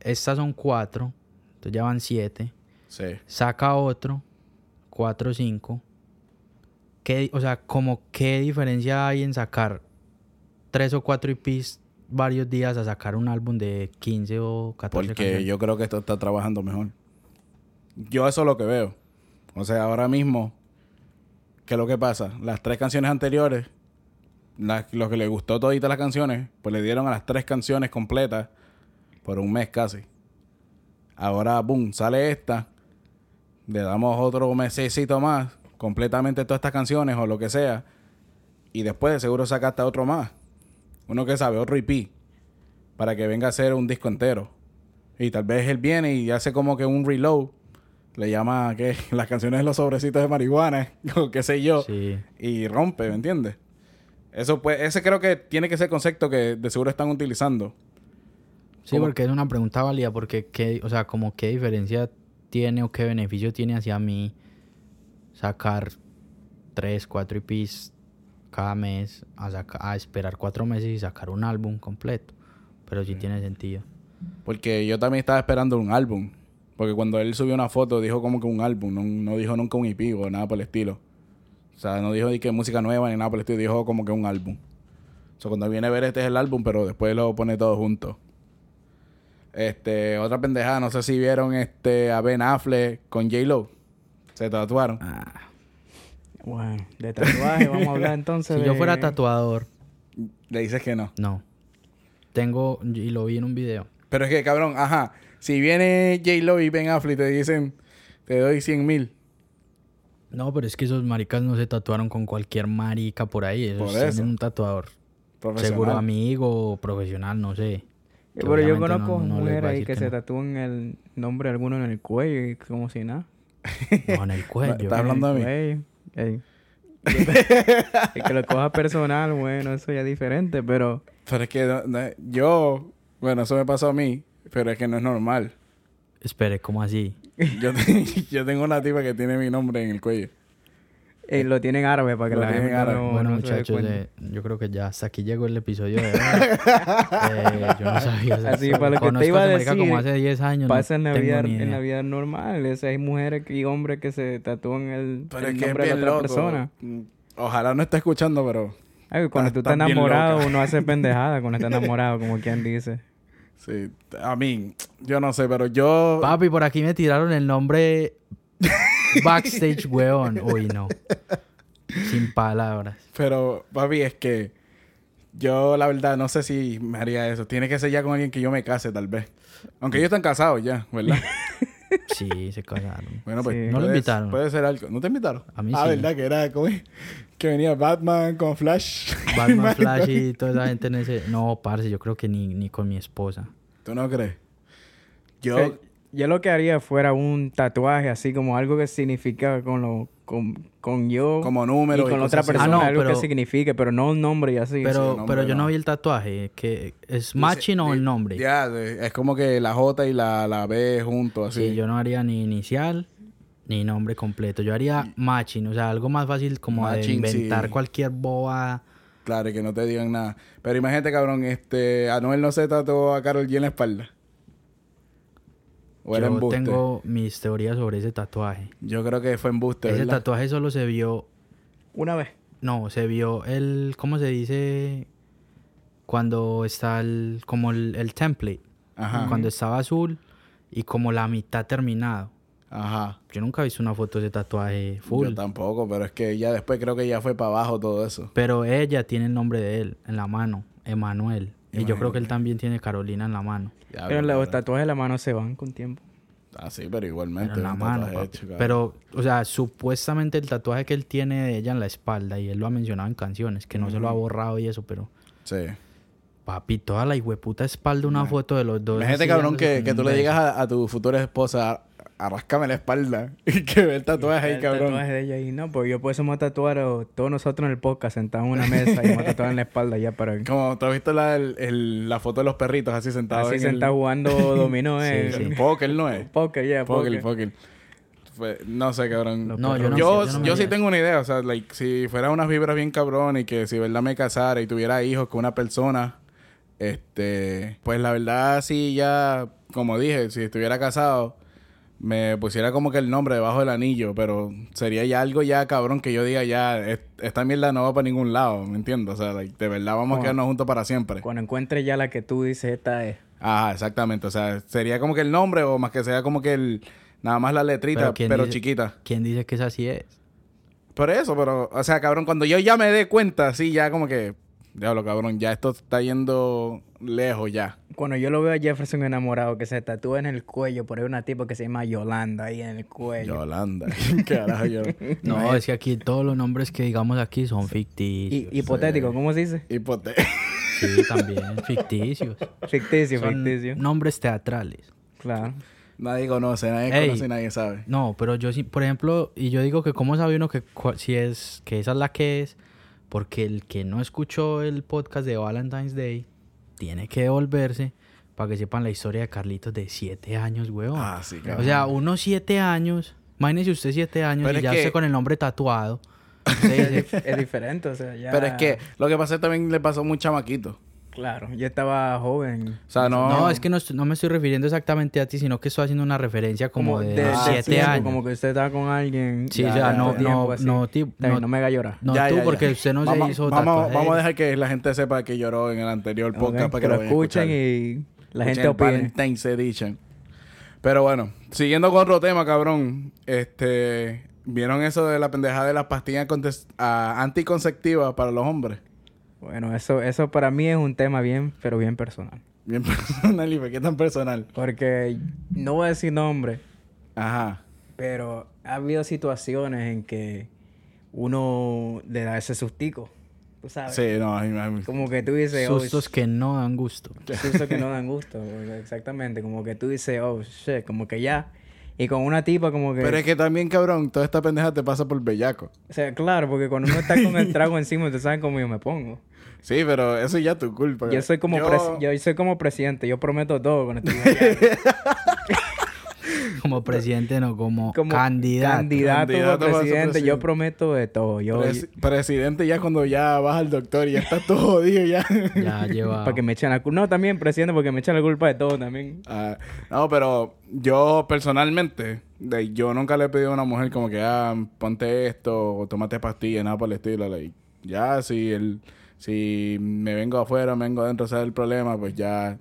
C: estas son cuatro, entonces ya van siete.
A: Sí.
C: Saca otro, cuatro, cinco. ¿Qué, di- o sea, como qué diferencia hay en sacar tres o cuatro EPs varios días a sacar un álbum de 15 o 14
A: Porque
C: canciones?
A: yo creo que esto está trabajando mejor. Yo eso es lo que veo. O sea, ahora mismo, ¿qué es lo que pasa? Las tres canciones anteriores, las- lo que le gustó todita las canciones, pues le dieron a las tres canciones completas por un mes casi. Ahora, boom, sale esta. Le damos otro mesecito más, completamente todas estas canciones o lo que sea. Y después de seguro saca hasta otro más. Uno que sabe, otro IP. Para que venga a hacer un disco entero. Y tal vez él viene y hace como que un reload. Le llama que las canciones de los sobrecitos de marihuana o qué sé yo
C: Sí.
A: y rompe, ¿me entiendes? Eso pues, ese creo que tiene que ser el concepto que de seguro están utilizando.
C: Sí,
A: ¿Cómo?
C: porque es una pregunta válida, porque qué, o sea, como qué diferencia tiene o qué beneficio tiene hacia mí sacar 3, 4 EPs cada mes, a, saca- a esperar 4 meses y sacar un álbum completo. Pero
A: Mm.
C: sí, tiene sentido.
A: Porque yo también estaba esperando un álbum. Porque cuando él subió una foto dijo como que un álbum, no, no dijo nunca un EP o nada por el estilo. O sea, no dijo ni que música nueva ni nada por el estilo, dijo como que un álbum. O sea, cuando viene a ver este es el álbum, pero después lo pone todo junto. Este, otra pendejada, no sé si vieron este a Ben Affleck con J-Lo. Se tatuaron.
B: Bueno, de tatuaje vamos a hablar entonces.
C: Si yo
B: de-
C: fuera tatuador,
A: Le dices que no.
C: no. Tengo, y lo vi en un video.
A: Pero es que, cabrón, ajá. Si viene J-Lo y Ben Affleck y te dicen, te doy 100 mil.
C: No, pero es que esos maricas no se tatuaron con cualquier marica por ahí. Esos
A: Por
C: tienen
A: eso.
C: un tatuador.
A: Profesional.
C: Seguro amigo, profesional, no sé.
B: Eh, Pero yo
C: Obviamente no-
B: conozco
C: no les voy a
B: mujeres ahí
C: decir
B: que,
C: que
B: se
C: no.
B: tatúan el nombre alguno en el cuello y como si nada.
C: No, en el cuello.
A: Está hablando de
B: El
A: mí.
B: cuello, ey. El que lo coja personal, bueno, eso ya es diferente, pero
A: Pero es que no- no- yo, bueno, eso me pasó a mí, pero es que no es normal.
C: Espere, ¿cómo así?
A: Yo, te- yo tengo una tipa que tiene mi nombre en el cuello.
B: eh, lo tienen árabe para que
A: Lo
B: la
A: tienen
B: gente
A: árabe.
B: no,
C: bueno,
B: no se dé
C: muchachos,
B: cuenta.
C: eh, yo creo que ya hasta aquí llegó el episodio de hoy. Eh, yo no sabía. o sea,
B: Así, para lo que te
C: conozco
B: iba a
C: esa marica
B: decir,
C: como hace 10 años. no
B: Pasa en la,
C: tengo
B: vida,
C: ni idea.
B: en la vida normal, o sea, hay mujeres y hombres que se tatúan el,
A: Pero
B: el
A: es que es
B: nombre de
A: bien
B: otra
A: loco. Mm,
B: persona.
A: Ojalá no esté escuchando, pero
B: Ay, cuando
A: Estás-
B: tú estás
A: estás bien
B: enamorado,
A: loca.
B: uno hace pendejada cuando está enamorado, como quien dice.
A: sí. A mí, yo no sé, pero yo.
C: Papi, por aquí me tiraron el nombre Backstage, weón. Uy, no. Sin palabras.
A: Pero, papi, es que yo, la verdad, no sé si me haría eso. Tiene que ser ya con alguien que yo me case, tal vez. Aunque ellos están casados ya, ¿verdad?
C: Sí, se casaron.
A: Bueno,
B: Sí.
A: pues.
C: No lo
A: puede-
C: invitaron.
A: Puede ser algo. ¿No te invitaron?
C: A mí
A: ah,
C: sí.
A: verdad que era como que venía Batman con Flash.
C: Batman Flash y toda esa gente en ese. No, parce, yo creo que ni, ni con mi esposa.
A: ¿Tú no crees? Yo,
B: Yo, Eh, yo lo que haría fuera un tatuaje, así como algo que significa con lo con, con yo
A: como número.
B: y con la
A: cosas
B: otra
A: así.
B: persona,
C: Ah, no,
B: algo
C: pero-
B: que signifique, pero no un nombre y así.
C: Pero,
A: sí, el
C: pero
A: nombre
C: yo no
A: no.
C: vi el tatuaje. que ¿Es matching o el nombre?
A: Ya, de- es como que la J y la, la B juntos, así.
C: Sí, yo no haría ni inicial ni nombre completo. Yo haría matching, o sea, algo más fácil como
A: Matching,
C: de inventar
A: sí.
C: cualquier boba.
A: Claro, y que no te digan nada. Pero imagínate, cabrón, este, Anuel no se tatuó a Carol G en la espalda. O era
C: Yo
A: embuste.
C: tengo mis teorías sobre ese tatuaje.
A: Yo creo que fue embuste,
C: ese
A: ¿verdad?
C: tatuaje solo se vio,
B: Una vez.
C: no, se vio el, ¿cómo se dice? Cuando está el, como el, el template,
A: Ajá.
C: cuando estaba azul y como la mitad terminado.
A: Ajá.
C: Yo nunca he visto una foto de ese tatuaje full.
A: Yo tampoco, pero es que ya después creo que ya fue para abajo todo eso.
C: Pero ella tiene el nombre de él en la mano, Emanuel. Y yo creo
A: Imagínate.
C: que él también tiene Carolina en la mano.
A: Ya,
B: pero
A: cabrón.
B: los tatuajes de la mano se van con tiempo.
A: Ah, sí, pero igualmente.
C: Pero en la
A: un
C: mano,
A: tatuaje
C: papi.
A: hecho, cabrón.
C: Pero, o sea, supuestamente el tatuaje que él tiene de ella en la espalda, y él lo ha mencionado en canciones, que no se lo ha borrado y eso, pero,
A: Sí.
C: papi, toda la hijueputa espalda, una foto de los dos.
A: Imagínate,
C: así,
A: cabrón,
C: dándose
A: que,
C: con
A: que
C: un
A: tú le
C: beso.
A: digas a, a tu futura esposa, arráscame la espalda y que ve el tatuaje
B: El
A: ahí, cabrón.
B: tatuaje de ella ahí, no, pues yo por eso me tatuaron todos nosotros en el podcast sentados en una mesa y me tatuaron en la espalda ya para
A: Como tú has visto la, el- el- la foto de los perritos así sentados
B: así
A: en
B: sentado jugando dominó eh.
A: el, el póker, ¿no es?
B: Poker, yeah,
A: Póker,
B: poker.
A: póker. Fue- no sé, cabrón.
C: No, yo no
A: yo,
C: sé, yo no
A: yo
C: me
A: sí
C: digas.
A: tengo una idea. O sea, like, si fuera unas vibras bien cabrón y que si verdad me casara y tuviera hijos con una persona, este, pues la verdad sí ya, como dije, si estuviera casado, me pusiera como que el nombre debajo del anillo, pero sería ya algo ya cabrón que yo diga ya, "Es- esta mierda no va para ningún lado, ¿me entiendes? O sea, like, de verdad vamos a
B: Bueno.
A: quedarnos juntos para siempre.
B: Cuando encuentres ya la que tú dices, esta es.
A: Ajá, exactamente. O sea, sería como que el nombre o más que sea como que el... Nada más la letrita,
C: Pero ¿quién
A: pero
C: dice-
A: chiquita.
C: ¿Quién dice que esa sí es?
A: Por eso, pero, o sea, cabrón, cuando yo ya me dé cuenta, sí, ya como que, diablo, cabrón, ya esto está yendo lejos ya.
B: Cuando yo lo veo a Jefferson enamorado, que se tatúa en el cuello, por ahí una tipo que se llama Yolanda ahí en el cuello.
A: Yolanda, ¿qué carajo yo?
C: No, es que aquí todos los nombres que digamos aquí son
B: Hi-
C: ficticios.
B: hipotético, ¿cómo se dice?
A: Hipote-
C: Sí, también ficticios.
B: Ficticio,
C: Son
B: ficticio.
C: nombres teatrales.
B: Claro.
A: nadie conoce, nadie
C: Ey.
A: conoce, nadie sabe.
C: No, pero yo sí, por ejemplo, y yo digo que cómo sabe uno que cua- si es que esa es la que es, porque el que no escuchó el podcast de Valentine's Day tiene que devolverse para que sepan la historia de Carlitos de siete años, weón.
A: Ah, sí, cabrón.
C: o sea, unos siete años, imagínese usted siete años
A: Pero
C: y
A: es
C: ya
A: que-
C: usted con el nombre tatuado. Usted dice,
B: Es diferente, o sea, ya.
A: pero es que lo que pasó también le pasó a un chamaquito.
B: Claro, yo estaba joven.
A: O sea, no...
C: no, es que no, estu- no me estoy refiriendo exactamente a ti, sino que estoy haciendo una referencia como, de,
B: de- de
C: siete
B: tiempo,
C: años.
B: Como que usted estaba con alguien.
C: Sí, o sea, no- no- no, tipo,
B: Está bien,
C: no-
B: no me haga llorar.
C: No
A: Ya,
C: tú,
A: ya, ya.
C: porque usted no
A: Vamos-
C: se hizo
A: vamos,
C: tatuaje.
A: vamos a dejar que la gente sepa que lloró en el anterior podcast
B: Ok,
A: para que,
B: que
A: lo
B: lo
A: vayan a
B: escuchen
A: escuchar.
B: y la
A: Escuchen
B: gente opine.
A: Valentine's Edition. Pero bueno, siguiendo con otro tema, cabrón. Este, ¿vieron eso de la pendejada de las pastillas contes- ah, anticonceptivas para los hombres?
B: Bueno, eso, eso para mí es un tema bien, pero bien personal.
A: Bien personal y por qué tan personal.
B: Porque no voy a decir nombre,
A: Ajá.
B: pero ha habido situaciones en que uno le da ese sustico. Tú sabes.
A: Sí, no, ay, ay,
B: Como que tú dices, oh,
C: Sustos que no dan gusto.
B: Sustos que no dan gusto, güey, exactamente. Como que tú dices, oh shit, como que ya. Y con una tipa, como que.
A: Pero es que también, cabrón, toda esta pendeja te pasa por bellaco.
B: O sea, claro, porque cuando uno está con el trago encima, ustedes saben cómo yo me pongo.
A: Sí, pero eso ya es tu culpa.
B: Yo soy como, pres- yo soy como presidente, yo prometo todo este cuando estoy allá.
C: Como presidente, no, como,
B: como
C: candidato.
B: candidato,
A: Candidato
B: a
A: para ser
B: presidente, yo
A: presidente.
B: prometo de todo. Yo,
A: Presi- presidente ya cuando ya vas al doctor y ya estás todo jodido ya.
C: Ya lleva.
B: Para que me echen la culpa. No, también presidente, porque me echan la culpa de todo también.
A: Ah, no, pero yo personalmente, de- yo nunca le he pedido a una mujer como que, ah, ponte esto, o tómate pastillas, nada por el estilo. like, ya, si, el, si me vengo afuera, me vengo adentro, ese es el problema, pues ya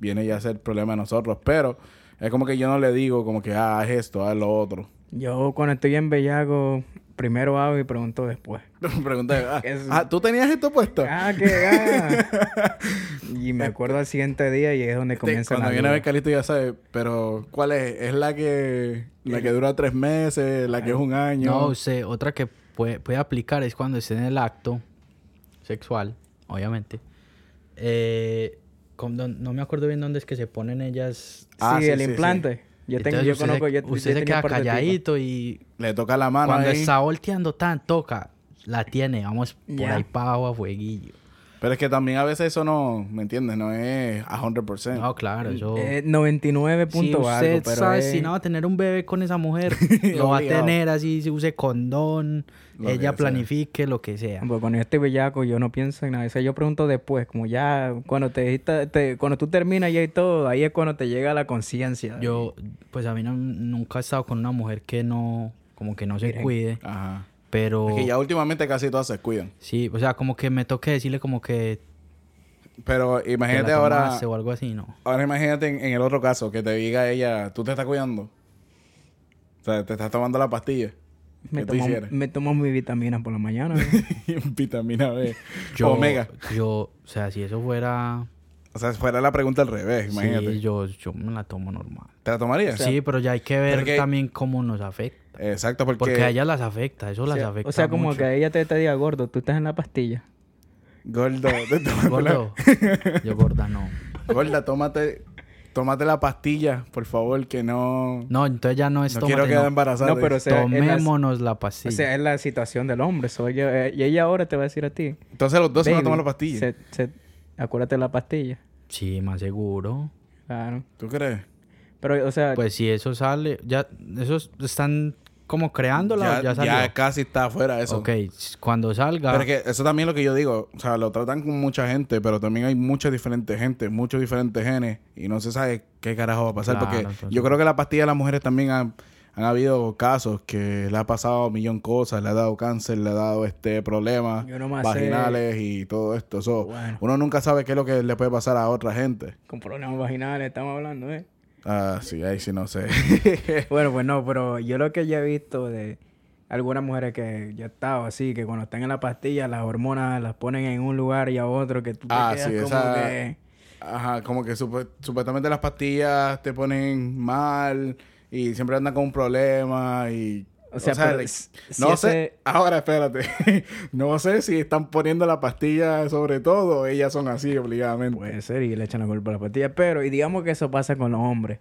A: viene ya a ser el problema de nosotros. Pero es como que yo no le digo como que, ah, haz esto, haz lo otro.
B: Yo cuando estoy en Bellago, primero hago y pregunto después.
A: Pregunta, ah,
B: Es-
A: ah, ¿tú tenías esto puesto?
B: Ah, que ah. Y me acuerdo al siguiente día y es donde
A: Te-
B: comienza
A: Este, cuando
B: la
A: viene a
B: duda.
A: ver Calito ya sabe, pero ¿cuál es? ¿Es la que, la
B: Eh,
A: que dura tres meses, la que es un año?
C: No, usted, otra que puede, puede aplicar es cuando esté en el acto sexual, obviamente. Eh, con don- no me acuerdo bien dónde es que se ponen ellas.
A: Ah,
B: sí,
A: sí,
B: el
A: sí, sí.
B: implante. Yo, tengo,
C: Entonces
B: yo
C: usted
B: conozco,
C: se,
B: yo,
C: usted
B: yo
C: se
B: tenía
C: queda
B: un par de tipas.
C: calladito y
A: Le toca la mano
C: cuando
A: ahí.
C: está volteando tan, toca, la tiene. Vamos por
B: Ya.
C: ahí para abajo a fueguillo.
A: Pero es que también a veces eso no, ¿me entiendes? No es a 100%.
C: No, claro, eso.
B: Eh, 99
C: Si
B: punto
C: usted
B: algo, pero
C: sabe
B: es-
C: si no va a tener un bebé con esa mujer, lo va a
A: Obligado.
C: tener así, si use condón,
A: Lo que
C: ella
A: sea.
C: planifique lo que sea.
B: Porque Pues, cuando yo estoy bellaco, yo no pienso en nada. O sea, yo pregunto después, como ya, cuando te, te- cuando tú terminas ya y todo, ahí es cuando te llega la conciencia.
C: Yo, pues a mí no- nunca he estado con una mujer que no, como que no se cuide,
A: Ajá.
C: pero
A: Es que ya últimamente casi todas se cuidan.
C: sí, o sea, como que me toque decirle como que
A: Pero
C: te la
A: imagínate ahora...
C: tomaste o algo así, ¿no?
A: Ahora imagínate en, en el otro caso que te diga ella, tú te estás cuidando. O sea, te estás tomando la pastilla.
B: me
A: ¿Qué tú
B: tomo,
A: hicieras?
B: me tomo mi vitamina por la mañana. ¿no?
A: Vitamina B. Omega.
C: Yo, o sea, si eso fuera,
A: O sea, fuera la pregunta al revés, imagínate.
C: sí, yo, yo me la tomo normal.
A: ¿Te la tomarías?
C: Sí, pero ya hay que ver
A: Porque-
C: también cómo nos afecta.
A: Exacto, porque...
C: Porque a ellas las afecta, eso
B: o
C: las
B: sea,
C: afecta.
B: o sea, como
C: mucho.
B: que ella te, te diga, gordo, tú estás en la pastilla.
A: Gordo, te tomaste la-
C: Gordo. Yo gorda no.
A: Gorda, tómate tómate la pastilla, por favor, que no.
C: No, entonces ya no es
A: No
C: tómate,
A: quiero quedar
C: no.
A: embarazada.
B: No, pero o sea, es la-
C: Tomémonos la
B: o
C: pastilla.
B: sea, es la situación del hombre. so, ella- eh, y ella ahora te va a decir a ti.
A: Entonces los dos se van a
B: "Baby,
A: tomar la pastilla.
B: se- se- acuérdate de la pastilla.
C: sí, más seguro.
B: Claro.
A: ¿Tú crees?
B: Pero, o sea,
C: Pues si eso sale, ya esos están como creándola o ya salió.
A: casi está afuera eso.
C: ok, s- cuando salga.
A: Pero es que eso también es lo que yo digo. O sea, lo tratan con mucha gente, pero también hay mucha diferente gente, muchos diferentes genes, y no se sabe qué carajo va a pasar.
C: Claro,
A: porque
C: entonces-
A: yo creo que la pastilla de las mujeres también han, han habido casos que le ha pasado un millón cosas, le ha dado cáncer, le ha dado este problemas
B: Yo nomás
A: vaginales y todo esto. So,
B: Bueno.
A: Uno nunca sabe qué es lo que le puede pasar a otra gente.
B: con problemas vaginales estamos hablando, ¿eh?
A: Ah, sí, ahí sí no sé.
B: Bueno, pues no, pero yo lo que yo he visto de algunas mujeres que yo he estado así, que cuando están en la pastilla, las hormonas las ponen en un lugar y a otro, que tú te
A: Ah,
B: quedas
A: sí,
B: como
A: esa-
B: que...
A: Ajá, como que supu- supuestamente las pastillas te ponen mal y siempre andan con problemas y...
B: O sea, pero
A: like,
B: s- si
A: no
B: ese-
A: sé... Ahora, espérate. no sé si están poniendo la pastilla sobre todo o ellas son así obligadamente.
B: Puede ser y le echan la culpa a la pastilla, pero y digamos que eso pasa con los hombres.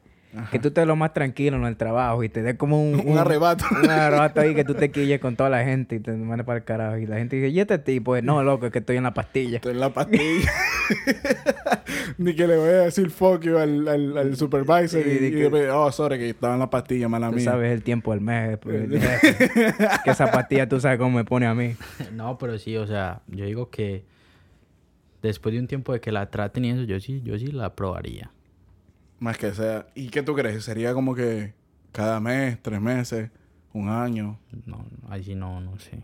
B: Que tú te lo más tranquilo en el trabajo y te dé como un,
A: Un arrebato.
B: Un arrebato ahí que tú te quilles con toda la gente y te mandes para el carajo. Y la gente dice, ¿y este tipo? No, loco, es que estoy en la pastilla.
A: Esto es la pastilla. Ni que le voy a decir fuck you al, al, al supervisor
B: Sí,
A: y,
B: de
A: y
B: que-
A: después, oh, sorry, que estaba en la pastilla, mala
B: Tú
A: mía.
B: sabes el tiempo del mes. pues, el jefe. que esa pastilla tú sabes cómo me pone a mí.
C: No, pero sí, o sea, yo digo que después de un tiempo de que la traten y eso, yo sí, yo sí la probaría.
A: Más que sea. ¿Y qué tú crees? ¿Sería como que cada mes, tres meses, un año?
C: No, allí no, no sé.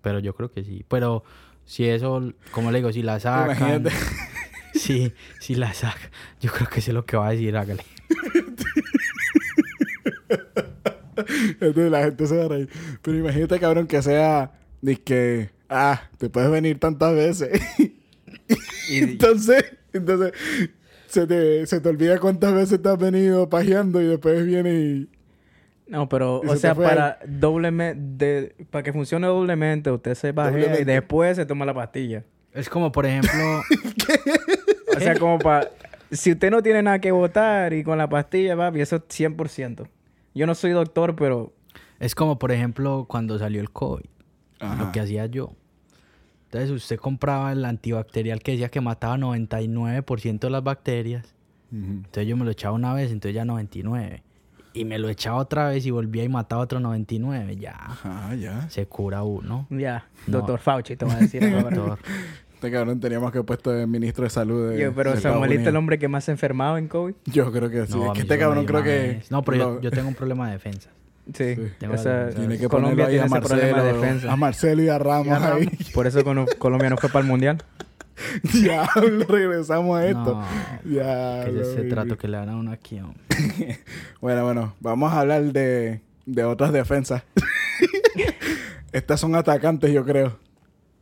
C: Pero yo creo que sí. Pero si eso, como le digo, si la sacan.
A: Imagínate.
C: Sí, si la sacan. Yo creo que sé lo que va a decir, hágale.
A: Entonces la gente se va a reír. Pero imagínate, cabrón, que sea de que, ah, te puedes venir tantas veces.
B: Y,
A: entonces, entonces se te, se te olvida cuántas veces te has venido pajeando y después viene y...
B: no, pero,
A: Y
B: o
A: se
B: sea,
A: te fue
B: para doblemente, para que funcione doblemente, usted se bajea y
A: Doblemente.
B: después se toma la pastilla.
C: Es como, por ejemplo,
B: O sea, como para... Si usted no tiene nada que votar y con la pastilla, papi, eso es 100%. Yo no soy doctor, pero...
C: es como, por ejemplo, cuando salió el COVID.
A: Ajá.
C: Lo que hacía yo. Entonces usted compraba el antibacterial que decía que mataba 99% de las bacterias.
A: Ujú.
C: Entonces yo me lo echaba una vez, entonces ya 99. Y me lo echaba otra vez y volvía y mataba otro 99. Ya,
A: Ajá, Ah, ya.
C: se cura uno.
B: Ya,
C: No.
B: doctor Fauci te va a decir ahora.
C: Doctor.
A: Este cabrón teníamos que puesto de ministro de salud de
B: Yo, pero
A: de Estados
B: Samuelito es el
A: Unidos.
B: hombre que más se ha enfermado en COVID.
A: Yo creo que sí.
C: No, a
A: es que
C: mí
A: este
C: solo
A: cabrón
C: me
A: creo que...
C: llaman. No, pero yo-
A: lo-
C: yo, tengo un problema de defensa.
B: Sí.
C: Tengo
B: O sea,
C: razón,
A: Tiene que
B: Colombia
A: ponerlo ahí
B: tiene
A: a
B: ese problema de
A: Marcelo,
B: defensa.
A: a Marcelo y a Ramos ahí.
B: Por eso cono- Colombia no fue para el Mundial.
A: Diablo, regresamos a esto.
C: No,
A: Ya.
C: que es ese trato que le dan a uno aquí. hombre.
A: Bueno, bueno, vamos a hablar de, de otras defensas. Estas son atacantes, yo creo.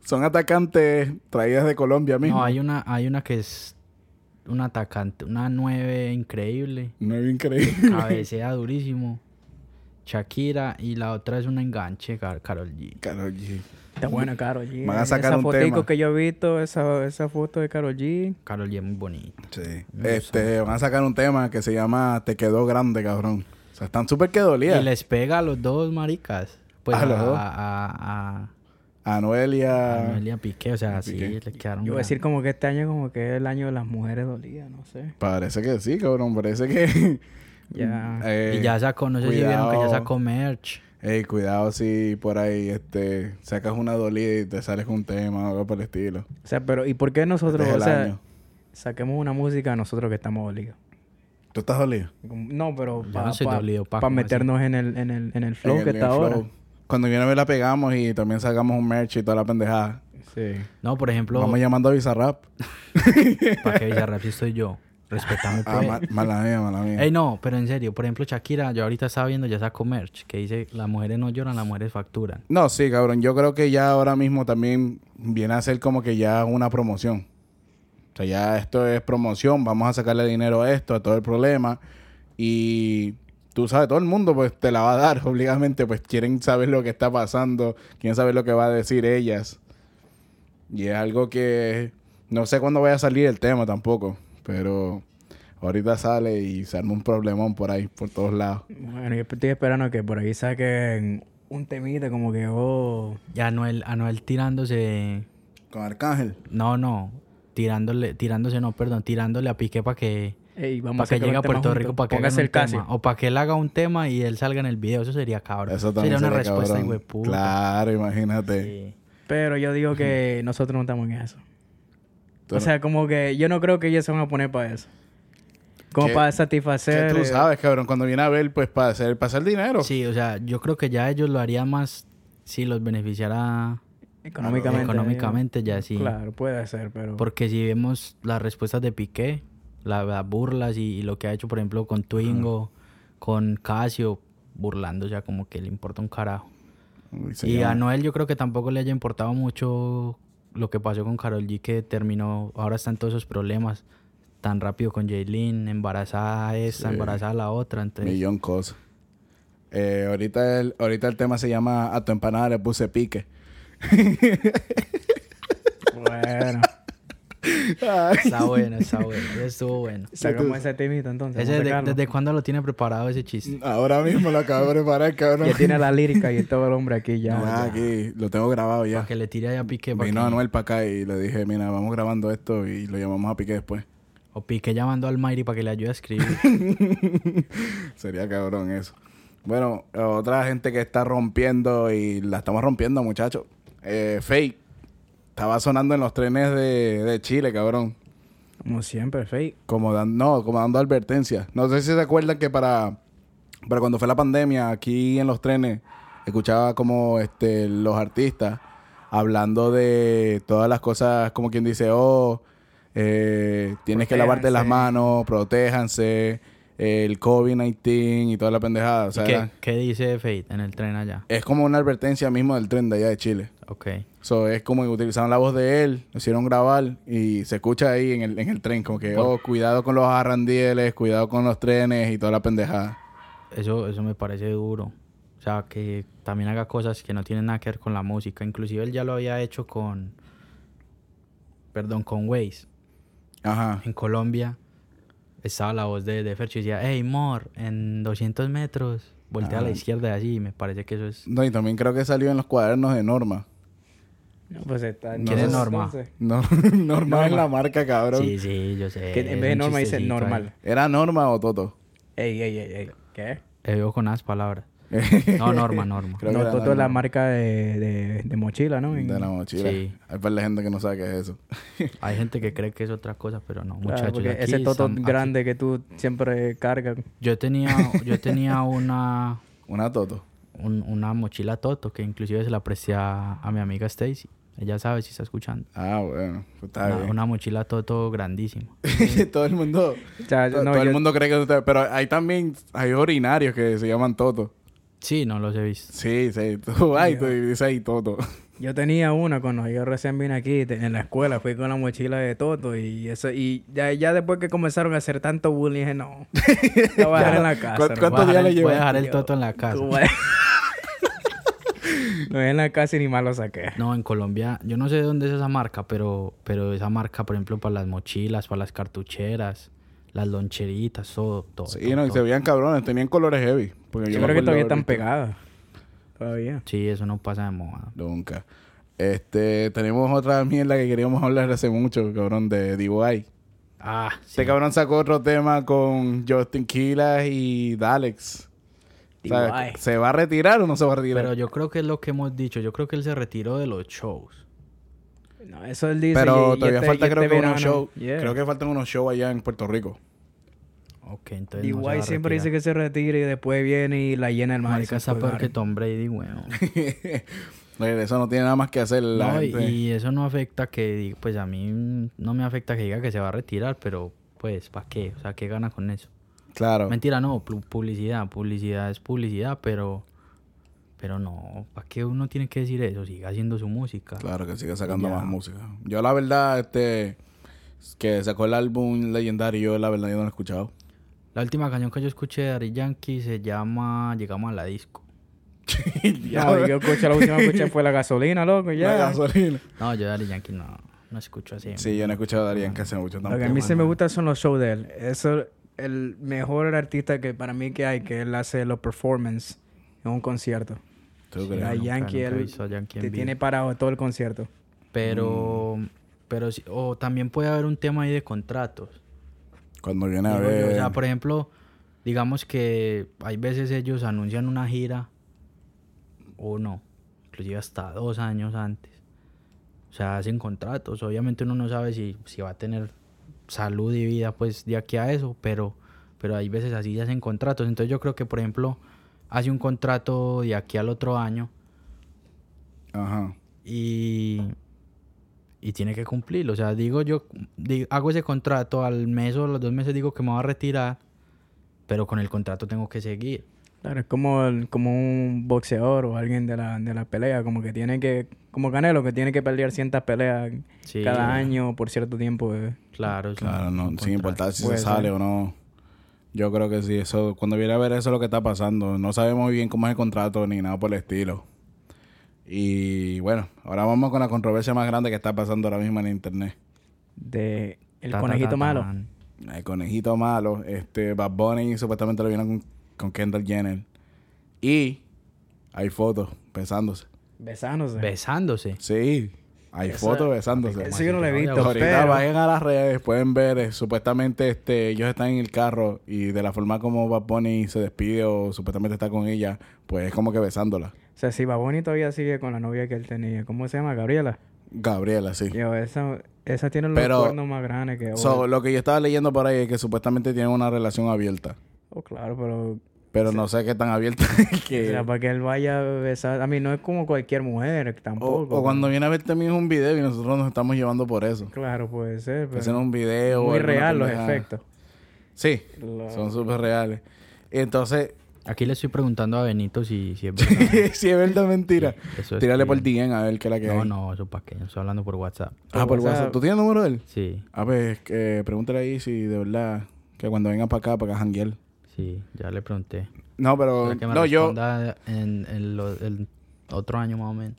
A: Son atacantes traídas de Colombia mismo.
C: No, hay una, hay una que es un atacante, una 9 increíble.
A: No es increíble.
C: Cabecea durísimo. Shakira y la otra es una enganche, Car Carol G.
A: Karol G.
B: Está bueno, Karol G.
A: Van a sacar
B: esa
A: un
B: fotico
A: tema.
B: que yo he visto, esa, esa foto de Karol G.
C: Carol G es muy bonita.
A: Sí. Este, van a sacar un tema que se llama Te quedó grande, cabrón. O sea, están súper que
C: Y
A: dolían.
C: les pega a los dos maricas. Pues
A: Ah, ¿A
C: a,
A: los dos?
C: a- a-
A: A Noel y
C: a
A: a...
C: Anuel y a Piqué. O sea, sí,
A: Piqué.
C: le quedaron.
B: Yo voy a
C: grandes.
B: decir como que este año como que es el año de las mujeres dolidas, no sé.
A: Parece que sí, cabrón. Parece que...
B: Ya.
A: Eh,
C: y ya sacó, no sé si vieron que
A: cuidado.
C: ya sacó merch.
A: Ey, cuidado si por ahí este, sacas una dolida y te sales con un tema o algo por el estilo.
B: O sea, pero ¿y por qué
A: Este
B: nosotros,
A: es
B: o
A: el
B: sea,
A: año.
B: saquemos una música nosotros que estamos dolidos?
A: ¿Tú estás dolido?
B: Como- No, pero
C: Yo
B: para
C: no soy dolido, pa, ¿cómo así?
B: meternos en el, en, el, en el flow
A: En el-
B: que
A: en
B: está
A: el
B: ahora.
A: flow. Cuando viene a ver la pegamos y también sacamos un merch y toda la pendejada.
B: Sí.
C: No, por ejemplo,
A: Vamos llamando a Bizarrap.
C: para que Bizarrap si estoy yo. Respetame
A: Ah,
C: pues.
A: ma- mala mía, mala mía.
C: Ey, no, pero en serio, por ejemplo, Shakira, yo ahorita estaba viendo, ya sacó merch, que dice, las mujeres no lloran, las mujeres facturan.
A: No, sí, cabrón. Yo creo que ya ahora mismo también viene a ser como que ya una promoción. O sea, ya esto es promoción. Vamos a sacarle dinero a esto, a todo el problema. Y tú sabes, todo el mundo pues te la va a dar obligadamente. Pues quieren saber lo que está pasando. Quieren saber lo que va a decir ellas. Y es algo que no sé cuándo vaya a salir el tema tampoco. Pero ahorita sale y se arma un problemón por ahí, por todos lados.
B: Bueno, yo estoy esperando que por ahí saquen un temita como que, oh,
C: Y Anuel, Anuel tirándose.
A: Con Arcángel.
C: No, no. Tirándole, tirándose, no, perdón, tirándole a Piqué para que,
B: hey, vamos
C: para que
B: sacar un
C: llegue a
B: tema
C: Puerto
B: juntos.
C: Rico para que hagan
B: Póngase
C: un
B: el casi.
C: tema. Oh. O para que él haga un tema y él salga en el video. Eso sería cabrón.
A: Eso
C: sería
A: también
C: una
A: sería
C: respuesta,
A: cabrón.
C: güey, puta.
A: Claro, imagínate.
C: Sí.
B: Pero yo digo que nosotros no estamos en eso.
A: Tú
B: O
A: no-
B: sea, como que yo no creo que ellos se van a poner para eso. Como
A: ¿Qué-
B: para
A: que
B: satisfacer.
A: tú
B: eh,
A: sabes, cabrón, cuando viene a ver, pues para hacer, para hacer dinero.
C: Sí, o sea, yo creo que ya ellos lo harían más si los beneficiara
B: Económicamente.
C: económicamente, ya sí.
B: Claro, puede ser, pero.
C: Porque si vemos las respuestas de Piqué, la- las burlas y, y lo que ha hecho, por ejemplo, con Twingo, con Casio, burlando, o sea, como que le importa un carajo.
A: Uy, se
C: y
A: llama.
C: a Noel yo creo que tampoco le haya importado mucho lo que pasó con Carol G, que terminó, ahora están todos esos problemas tan rápido con Jaylin, embarazada esta,
A: Sí.
C: embarazada la otra, entonces...
A: Millón cosas. Eh, ahorita, el, ahorita el tema se llama A tu empanada le puse pique.
B: Bueno.
C: Está bueno, está bueno, ese estuvo bueno.
B: Sacamos ese temita entonces.
C: Ese
B: vamos a
C: de-
B: sacarlo.
C: ¿Desde cuándo lo tiene preparado ese chiste?
A: Ahora mismo lo acabo de preparar, cabrón.
B: Ya tiene la lírica y todo el hombre aquí ya.
A: Ah, aquí, lo tengo grabado ya.
C: Para que le tire ahí a Piqué. para
A: Vino
C: que-
A: Anuel para acá y le dije, mira, vamos grabando esto y lo llamamos a pique después.
C: O Piqué llamando al Mayri para que le ayude a escribir.
A: Sería cabrón eso. Bueno, otra gente que está rompiendo y la estamos rompiendo, muchachos. Eh, Fake. Estaba sonando en los trenes de, de Chile, cabrón.
B: Como siempre, fake.
A: Como dan- no, como dando advertencias. No sé si se acuerdan que para, para cuando fue la pandemia, aquí en los trenes, escuchaba como este, los artistas hablando de todas las cosas, como quien dice, oh, eh, tienes que lavarte las
B: Protéjanse.
A: manos, protéjanse, eh, el COVID-19 y toda la pendejada. O sea,
C: ¿Y qué,
A: era-
C: qué dice Fate en el tren allá?
A: es como una advertencia mismo del tren de allá de Chile.
C: Ok.
A: So, es como que utilizaron la voz de él, lo hicieron grabar y se escucha ahí en el, en el tren como que,
C: Por-
A: oh, cuidado con los arrandieles, cuidado con los trenes y toda la pendejada.
C: Eso, eso me parece duro. O sea, que también haga cosas que no tienen nada que ver con la música. Inclusive él ya lo había hecho con... Perdón, con Waze.
A: Ajá.
C: En Colombia estaba la voz de, de Fercho y decía, hey, Mor, en 200 metros, voltea a la
A: Ah.
C: izquierda y así. y Me parece que eso es...
A: No, y también creo que salió en los cuadernos de Norma.
B: No, pues está.
C: ¿Quién
B: entonces-
C: es Norma? Eh,
A: No, Norma, es la marca, cabrón.
C: Sí, sí, yo sé.
B: Que en vez de Norma dice normal.
A: ¿Era Norma o Toto?
B: Ey, ey, ey, ey. ¿Qué?
C: Le veo Eh, con las palabras. No, Norma, Norma.
A: Creo que
B: no,
A: era
B: Toto es la
A: Norma.
B: marca de, de, de mochila, ¿no? En-
A: De la mochila.
C: Sí.
A: Hay para la gente que no sabe qué es eso.
C: Hay gente que cree que es otra cosa, pero no,
B: Claro,
C: muchachos.
B: porque
C: aquí
B: ese Toto
C: estamos- aquí-
B: grande que tú siempre cargas.
C: Yo tenía, yo tenía una,
A: Una Toto.
C: un- una mochila Toto que inclusive se la presté a, a mi amiga Stacy. Ella sabe si está escuchando.
A: Ah, bueno. Pues está
C: Una,
A: bien.
C: una mochila Toto grandísima.
A: todo el mundo...
B: O sea,
A: to-
B: no,
A: todo
B: Ah, yo-
A: el mundo cree que... usted- Pero hay también... Hay ordinarios que se llaman Toto.
C: Sí, no los he visto.
A: Sí, sí. Tú vas y tú dices ahí Toto.
B: Yo tenía una cuando yo recién vine aquí te- en la escuela, fui con la mochila de Toto y eso y ya, ya después que comenzaron a hacer tanto bullying dije, no, la voy a dejar en la casa.
A: ¿Cuánto-
B: no
A: cuánto
B: voy a
C: Voy a
A: días
C: dejar
A: le
C: el- voy a
A: llevaste,
C: dejar el
B: yo?
C: Toto en la casa.
B: Tú, güey. No es en la casa y ni más lo saqué.
C: No, en Colombia, yo no sé dónde es esa marca, pero, pero esa marca, por ejemplo, para las mochilas, para las cartucheras, las loncheritas, todo, todo.
A: Sí,
C: todo,
A: no, y
C: todo.
A: se veían cabrones, tenían colores heavy. Porque
B: Pues Yo
A: me
B: creo que
A: acuerdo
B: todavía
A: haber
B: están
A: visto-
B: pegadas. Todavía.
C: Sí, eso no pasa de moda.
A: Nunca. Este, tenemos otra mierda que queríamos hablar hace mucho, cabrón, de D.Y.
C: Ah, sí.
A: Este cabrón sacó otro tema con Justin Quilas y Dalex. O sea,
B: D.Y..
A: ¿Se va a retirar o no se va a retirar?
C: Pero yo creo que es lo que hemos dicho. Yo creo que él se retiró de los shows.
B: No, eso él dice.
A: Pero
B: y- y
A: todavía
B: este-
A: falta
B: y
A: creo
B: este
A: que unos
B: verano-
A: shows.
B: Yeah.
A: Creo que faltan unos shows allá en Puerto Rico.
C: Ok, entonces. no se
B: Igual
C: va a
B: siempre dice
C: retirar.
B: que se retira y después viene y la llena el pues,
C: Marica
B: Madison
C: está
B: Square
C: peor que
B: Garden.
C: Tom Brady, weón.
A: Oye, Eh, Eso no tiene nada más que hacer la
C: No, y,
A: gente.
C: y eso no afecta que. di- Pues a mí mm, no me afecta que diga que se va a retirar, pero pues, ¿para qué? O sea, ¿qué gana con eso?
A: Claro.
C: Mentira, no. pu- Publicidad. Publicidad es publicidad, pero. Pero no. ¿Para qué uno tiene que decir eso? Siga haciendo su música.
A: Claro, que sigue sacando
C: Ya.
A: más música. Yo la verdad, este, que sacó el álbum legendario, yo la verdad yo no lo he escuchado.
C: La última canción que yo escuché de Ari Yankee se llama Llegamos a la disco.
A: El
B: No, yo escuché, la última que escuché fue la gasolina, loco, y ya.
A: La gasolina.
C: No, yo de Ari Yankee no. no escucho así.
A: Sí, yo no he escuchado a Darien que hace mucho tampoco.
B: Lo que a mí se me
A: mano.
B: gusta son los shows de él. Es el- el mejor artista que para mí que hay, que él hace los performance en un concierto.
A: ¿Tú
C: Sí,
A: crees?
B: A
C: nunca-
B: Yankee,
C: nunca he
B: él
C: visto a Yankee en
B: Te
C: vivo.
B: tiene parado todo el concierto.
C: Pero,
A: Mm.
C: pero sí- o también puede haber un tema ahí de contratos.
A: Cuando viene a
C: Digo yo,
A: ver.
C: O sea, por ejemplo, digamos que hay veces ellos anuncian una gira o no, inclusive hasta dos años antes. O sea, hacen contratos. Obviamente uno no sabe si, si va a tener salud y vida pues de aquí a eso, pero, pero hay veces así se hacen contratos. Entonces yo creo que, por ejemplo, hace un contrato de aquí al otro año
A: Ajá.
C: y, y tiene que cumplirlo. O sea, digo yo, di- hago ese contrato al mes o a los dos meses, digo que me voy a retirar, pero con el contrato tengo que seguir.
B: Claro, es como, el- como un boxeador o alguien de la, de la pelea, como que tiene que, como Canelo, que tiene que pelear ciertas peleas
C: Sí,
B: cada año por cierto tiempo. eh.
C: Claro, es un-
A: Claro,
C: un
A: no, sin
C: contrato.
A: importar si
B: Puede
A: se
B: ser.
A: sale o no. Yo creo que sí, eso, cuando viene a ver eso es lo que está pasando. No sabemos muy bien cómo es el contrato ni nada por el estilo. Y bueno, ahora vamos con la controversia más grande que está pasando ahora mismo en internet.
B: De el
C: Ta, ta,
B: conejito
C: ta,
B: malo.
C: tan.
A: El conejito malo, este, Bad Bunny supuestamente lo vieron con, con Kendall Jenner. Y hay fotos besándose.
B: Besándose.
C: Besándose.
A: Sí, hay
B: Esa-
A: fotos besándose.
B: Eso yo no lo he
C: Ahorita
B: visto,
A: Ahorita
B: pero-
A: vayan a las redes, pueden ver, eh, supuestamente este, ellos están en el carro y de la forma como Bad Bunny se despide o supuestamente está con ella, pues es como que besándola.
B: O sea, si Baboni todavía sigue con la novia que él tenía. ¿Cómo se llama? Gabriela.
A: Gabriela, sí.
B: Yo, esa, esa tiene los
A: Pero-
B: cuernos más grandes que...
A: So, lo que yo estaba leyendo por ahí es que supuestamente tienen una relación abierta,
B: oh, claro, pero
A: pero no sé qué tan abierta
B: O
A: que...
B: sea, para que él vaya a besar. A mí no es como cualquier mujer
A: O,
B: tampoco.
A: o cuando viene a ver también es un video y nosotros nos estamos llevando por eso.
B: Claro, puede ser.
A: Hacen
B: Pero
A: un video.
B: muy
A: alguna
B: real los
A: pendeja.
B: efectos.
A: Sí,
B: Lo-
A: son súper reales. Entonces,
C: Aquí le estoy preguntando a Benito si, si es verdad.
A: si es verdad o mentira,
C: Eso es
A: tírale
C: que-
A: por DM a ver qué es la que
C: No,
A: hay.
C: no, eso para qué. yo Estoy hablando por WhatsApp.
A: Ah, por
B: WhatsApp.
A: WhatsApp. ¿Tú tienes el número de él?
C: Sí,
A: A ver, que pregúntale ahí si de verdad que cuando vengan para acá, para acá janguear.
C: sí, ya le pregunté.
A: No, pero
C: Para que me
A: Oh, no yo
C: responda en, en lo- el otro año más o menos.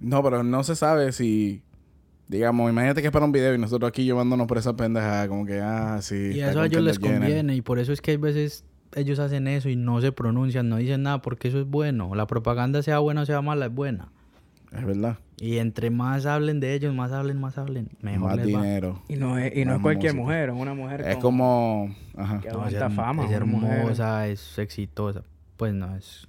A: no, pero no se sabe si digamos, imagínate que es para un video y nosotros aquí llevándonos por esa pendeja como que ah, sí.
C: Y
A: está
C: eso a
A: con
C: ellos les
A: Kendall Jenner.
C: conviene y por eso es que hay veces ellos hacen eso y no se pronuncian, no dicen nada porque eso es bueno. La propaganda sea buena o sea mala es buena.
A: Es verdad.
C: Y entre más hablen de ellos, más hablen, más hablen, mejor
A: Más
C: les va.
A: dinero.
B: Y no es, y no
A: Más
B: es cualquier
A: música.
B: mujer, es una mujer
A: Es
B: con-
A: como ajá.
B: que
C: No, es,
B: aguanta
C: herm-
B: fama.
C: es
B: una mujer.
C: hermosa, es exitosa. Pues no, es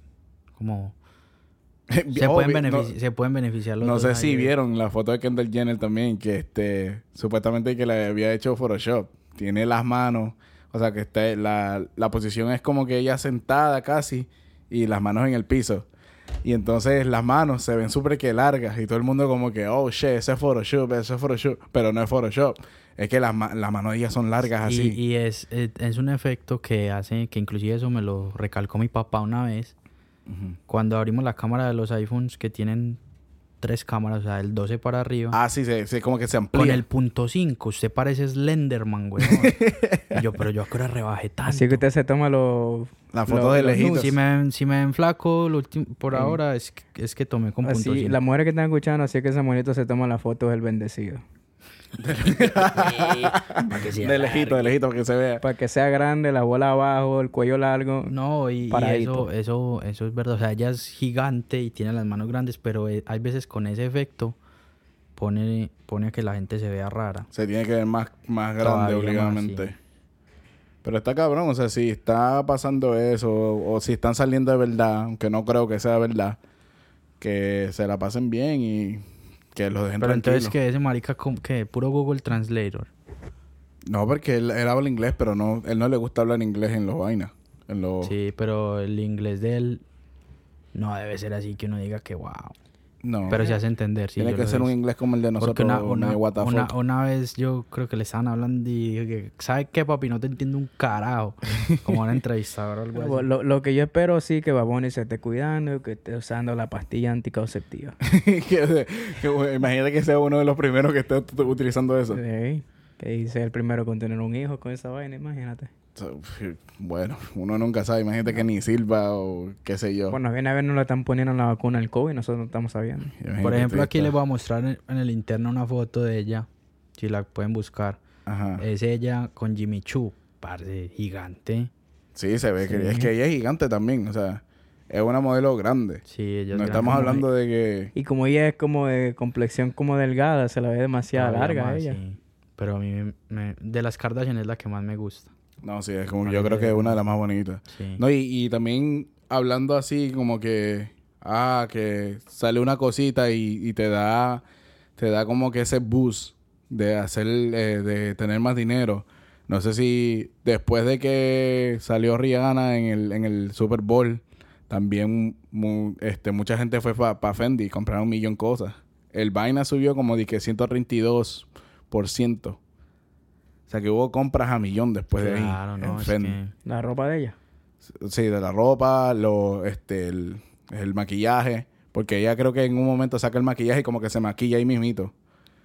C: como... Se,
A: Obvio,
C: pueden,
A: no-
C: benefici- se pueden beneficiar los
A: No
C: dos
A: sé si
C: ahí.
A: vieron la foto de Kendall Jenner también, que este, supuestamente que le había hecho Photoshop. Tiene las manos, o sea que está, la, la posición es como que ella sentada casi y las manos en el piso. Y entonces las manos se ven súper que largas y todo el mundo como que, oh, shit, ese es Photoshop, ese es Photoshop, pero no es Photoshop. Es que las, ma- las manos de ella son largas
C: Y,
A: así.
C: y es, es, es un efecto que hace, que inclusive eso me lo recalcó mi papá una vez,
A: Ujú.
C: cuando abrimos la cámara de los iPhones que tienen tres cámaras, o sea, el 12 para arriba.
A: Ah, sí, se, se- como que se amplía.
C: Con el punto 5, usted parece Slenderman, güey. y yo, pero yo ahora rebajé tanto.
B: Así que usted se toma los...
A: la
B: lo-
A: foto de
B: los
A: lejitos.
C: Si me, ven- si me ven flaco, lo ultim- por ahora es que, es que tomé con punto
B: Así,
C: 5.
B: las mujeres que están escuchando, así que esa mujerito se toma la foto del bendecido.
A: de lejito, de lejito, para que se vea.
B: Para que sea grande, la bola abajo, el cuello largo.
C: No, y, y
B: Paradito.
C: eso, eso, eso es verdad. O sea, ella es gigante y tiene las manos grandes, pero eh, hay veces con ese efecto pone, pone a que la gente se vea rara.
A: Se tiene que ver más, más grande,
C: Todavía más,
A: obligadamente.
C: sí.
A: Pero está cabrón, o sea, si está pasando eso, o, o si están saliendo de verdad, aunque no creo que sea verdad, que se la pasen bien y que lo dejen
C: Pero entonces
A: tranquilo.
C: que ese marica como que puro Google Translator.
A: No, porque él, él habla inglés, pero no, él no le gusta hablar inglés en los vainas. En los...
C: Sí, pero el inglés de él no debe ser así que uno diga que wow.
A: No.
C: Pero se hace entender, sí.
A: tiene
C: yo
A: que
C: lo
A: ser un
C: hice.
A: inglés como el de nosotros.
C: Porque una, una,
A: medio what the
C: una-
A: fuck.
C: una vez yo creo que le estaban hablando y dije, ¿sabes qué, papi? No te entiendo un carajo. Como una entrevistadora o algo así.
B: Lo, lo que yo espero sí que Baboni se esté cuidando, que esté usando la pastilla anticonceptiva.
A: Que- que- imagínate que sea uno de los primeros que esté ut- utilizando eso.
B: Sí, Que dice el primero con tener un hijo con esa vaina, imagínate.
A: So, Bueno, uno nunca sabe. Imagínate que ni sirva o qué sé yo.
B: Bueno, viene a ver, no le están poniendo la vacuna al COVID, nosotros no estamos sabiendo.
A: Imagínate
C: Por ejemplo,
A: tú
C: aquí
A: estás-
C: les voy a mostrar en, en el interno una foto de ella. Si la pueden buscar.
A: Ajá.
C: Es ella con Jimmy Choo. Parce, gigante.
A: Sí, se ve que es que ella es gigante también. O sea, es una modelo grande.
C: Sí, ella es
A: No
C: grande
A: estamos
C: como
A: hablando de que.
B: Y como ella es como de complexión como delgada, se la ve demasiado
C: todavía
B: larga
C: más,
B: ella.
C: sí. Pero a mí, me- me- de las Kardashian es la que más me gusta.
A: No, sí, es como. Yo creo que es una de las más bonitas.
C: Sí.
A: No, y, y también hablando así, como que. Ah, que sale una cosita y, y te da. Te da como que ese boost de hacer. eh, de tener más dinero. No sé si después de que salió Rihanna en el, en el Super Bowl, también mu- este, mucha gente fue para Fendi y compraron un millón de cosas. El vaina subió como de que 132%. O sea que hubo compras a millón después de ahí.
C: claro, no,
A: en
C: es
A: Fendi.
C: que-
B: La ropa de ella.
A: Sí, de la ropa, lo, este, el, el maquillaje. Porque ella creo que en un momento saca el maquillaje y como que se maquilla ahí mismito.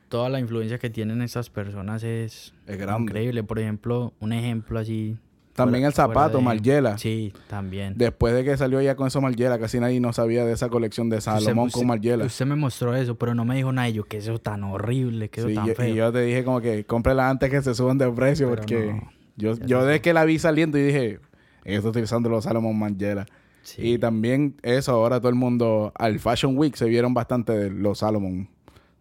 C: toda la influencia que tienen esas personas es
A: Es grande.
C: increíble. Por ejemplo, un ejemplo así.
A: También el
C: fuera
A: zapato,
C: de-
A: Margiela.
C: Sí, también.
A: Después de que salió ella con eso Margiela, casi nadie no sabía de esa colección de
C: Usted-
A: Salomón
C: usted-
A: con Margiela.
C: Usted me mostró eso, pero no me dijo nada. Y yo, que eso tan horrible, que eso
A: Sí,
C: tan
A: yo-
C: feo.
A: y yo te dije como que cómprela antes que se suban de precio
C: Pero
A: porque
C: no,
A: yo, yo desde que la vi saliendo y dije, ella está utilizando los Salomón Margiela.
C: Sí.
A: Y también eso, ahora todo el mundo al Fashion Week se vieron bastante de los Salomón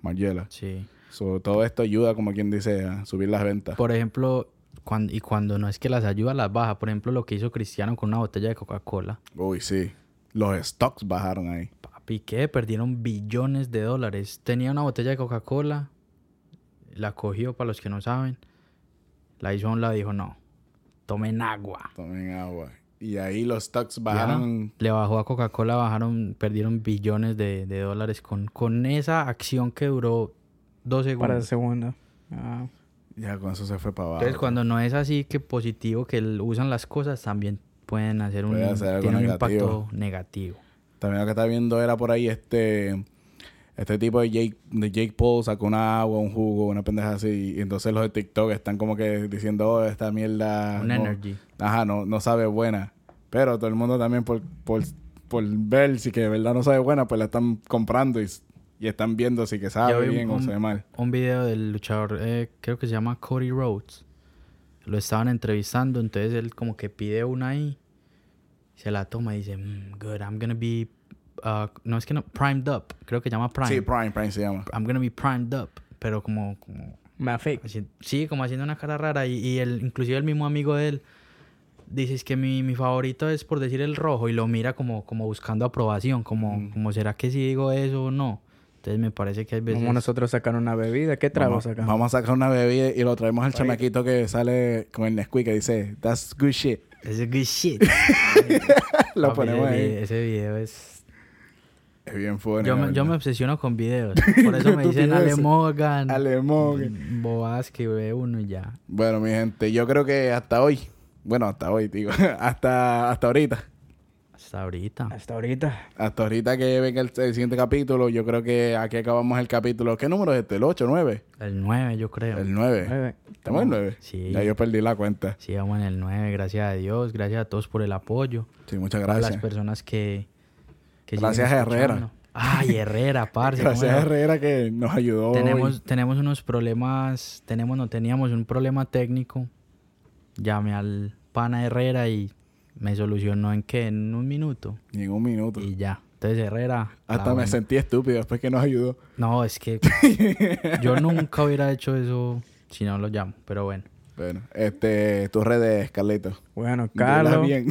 A: Margiela.
C: Sí.
A: So, todo esto ayuda, como quien dice, a subir las ventas.
C: Por ejemplo, cuan- y cuando no es que las ayuda, las baja. Por ejemplo, lo que hizo Cristiano con una botella de Coca-Cola.
A: Uy, sí. Los stocks bajaron ahí.
C: Papi, ¿qué? Perdieron billones de dólares. Tenía una botella de Coca-Cola, la cogió, para los que no saben. La hizo a un lado y dijo, no, tomen agua.
A: Tomen agua. Y ahí los stocks
C: Ya,
A: bajaron.
C: Le bajó a Coca-Cola, bajaron, perdieron billones de, de dólares con, con esa acción que duró dos
B: Para el segundo.
C: segundos.
B: Ah.
A: Ya con eso se fue para abajo.
C: Entonces, cuando no es así que positivo, que l- usan las cosas, también pueden hacer un,
A: Puede hacer algo
C: tienen un
A: negativo.
C: impacto negativo.
A: También lo que estaba viendo era por ahí este... Este tipo de Jake, de Jake Paul sacó una agua, un jugo, una pendeja así. Y entonces los de TikTok están como que diciendo, oh, esta mierda...
C: Un
A: no-
C: energy.
A: Ajá, no, no sabe buena. Pero todo el mundo también por, por, por ver si que de verdad no sabe buena, pues la están comprando y, y están viendo si que
C: Yo
A: sabe
C: vi un-
A: Ah, bien o
C: un-
A: sabe mal.
C: un video del luchador, eh, creo que se llama Cody Rhodes. Lo estaban entrevistando, entonces él como que pide una ahí, se la toma y dice, "Mm, good, I'm gonna be, uh, no es que no, primed up, creo que se llama prime.
A: Sí, Prime, Prime se llama.
C: I'm gonna be primed up, pero como, como
B: Me afecta.
C: haci- sí, como haciendo una cara rara y, y el, inclusive el mismo amigo de él dice es que mi, mi favorito es por decir el rojo y lo mira como, como buscando aprobación, como,
A: Mm.
C: como será que si digo eso o no. Entonces me parece que hay veces...
B: Vamos nosotros a sacar una bebida. ¿Qué trago
A: Vamos,
B: sacamos?
A: vamos a sacar una bebida y lo traemos al chamaquito que sale con el Nesquik que dice, that's good shit.
C: That's a good shit.
A: lo
C: Papi,
A: ponemos
C: ese,
A: ahí.
C: video- ese video es...
A: Es bien fuerte.
C: Yo me, yo me obsesiono con videos. Por eso me
A: Tú
C: dicen
A: piensas.
C: Ale Morgan.
A: Alemón.
C: Boas que ve uno y ya.
A: Bueno, mi gente, yo creo que hasta hoy. Bueno, hasta hoy, digo. hasta, hasta ahorita.
C: Hasta ahorita.
B: Hasta ahorita.
A: Hasta ahorita que venga el, el siguiente capítulo, yo creo que aquí acabamos el capítulo. ¿Qué número es este? ¿El 8, 9?
C: El 9 yo creo.
A: El 9.
B: Bebe.
A: ¿Estamos en el 9?
C: Sí.
A: Ya yo perdí la cuenta.
C: Sí, vamos en el 9. Gracias a Dios. Gracias a todos por el apoyo.
A: Ah, Sí, muchas
C: A las
A: gracias.
C: personas que... que
A: Gracias
C: siguen
A: a Herrera.
C: escuchando. Ay, Herrera, parce. ¿cómo
A: Gracias a
C: no?
A: Herrera que nos ayudó. hoy.
C: Tenemos, tenemos unos problemas, tenemos, no teníamos un problema técnico. Llamé al pana Herrera y me solucionó en que en un minuto
A: Ni en un minuto.
C: y ya. Entonces Herrera. la
A: Hasta me
C: buena.
A: sentí estúpido después que nos ayudó.
C: No, es que yo nunca hubiera hecho eso si no lo llamo, pero bueno.
A: Bueno, este, tus redes, Carlito.
B: Bueno,
A: Dilas
B: Carlos.
A: bien.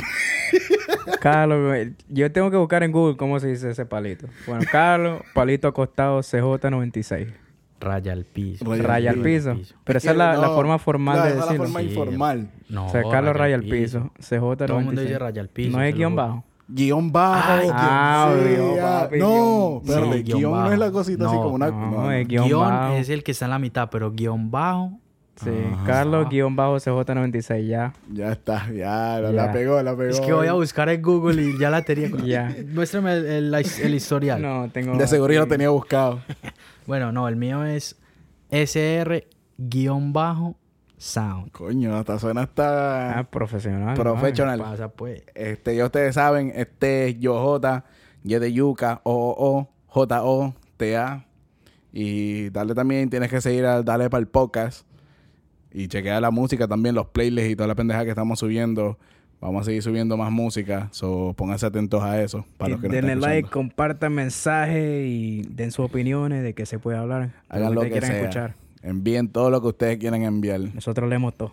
B: Carlos, güey, yo tengo que buscar en Google cómo se dice ese palito. Bueno, Carlos, palito acostado CJ96.
C: Raya al piso.
A: Raya al
B: Raya al
A: piso.
B: piso. Pero esa es la, la
A: No,
B: forma formal
A: no,
B: de
A: esa es
B: decirlo.
A: la forma
C: Sí.
A: informal.
C: No,
B: o sea, Carlos raya al piso. CJ96.
C: Todo el mundo dice raya al piso,
B: No
C: te
B: hay
C: lo
B: guión
C: juro.
B: bajo.
A: Guión bajo. guión-
B: ah,
A: sí,
B: obvio,
A: ah,
B: papi,
A: No,
B: guión-
A: espérate,
C: sí,
A: guión,
C: guión
A: no es la
C: bajo.
A: cosita así
C: No,
A: como una.
B: no,
A: no,
B: es
A: no.
B: Guión
C: Guión,
B: bajo.
C: es el que está en la mitad, pero guión bajo.
B: Sí, Carlos guión bajo CJ96 ya.
A: Ya está, ya, la,
B: Ya.
A: la pegó, la pegó.
C: Es que voy a buscar en Google y ya la tenía.
B: Ya.
C: Muéstrame el, el- el historial.
B: No, tengo.
A: De seguro ya lo
B: aquí.
A: tenía buscado.
C: Bueno, no, el mío es SR-Bajo Sound.
A: Coño, hasta suena hasta
B: Ah, profesional.
A: professional.
C: Pasa pues.
A: Este, ya ustedes saben, este es YoJ, Y de Yuca, O, O, J, O, T, A. Y dale también, tienes que seguir a Dale para el podcast. Y chequea la música también, los playlists y toda la pendeja que estamos subiendo. Vamos a seguir subiendo más música, so pónganse atentos a eso. Para los que no
B: denle
A: están
B: like,
A: escuchando.
B: compartan mensajes y den sus opiniones de que se puede hablar. de
A: hagan lo que
B: ustedes quieran
A: sea. Envíen todo lo que ustedes quieran enviar.
B: Nosotros leemos todo.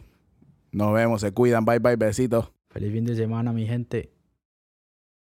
A: Nos vemos, se cuidan, bye bye, besitos.
C: Feliz fin de semana, mi gente.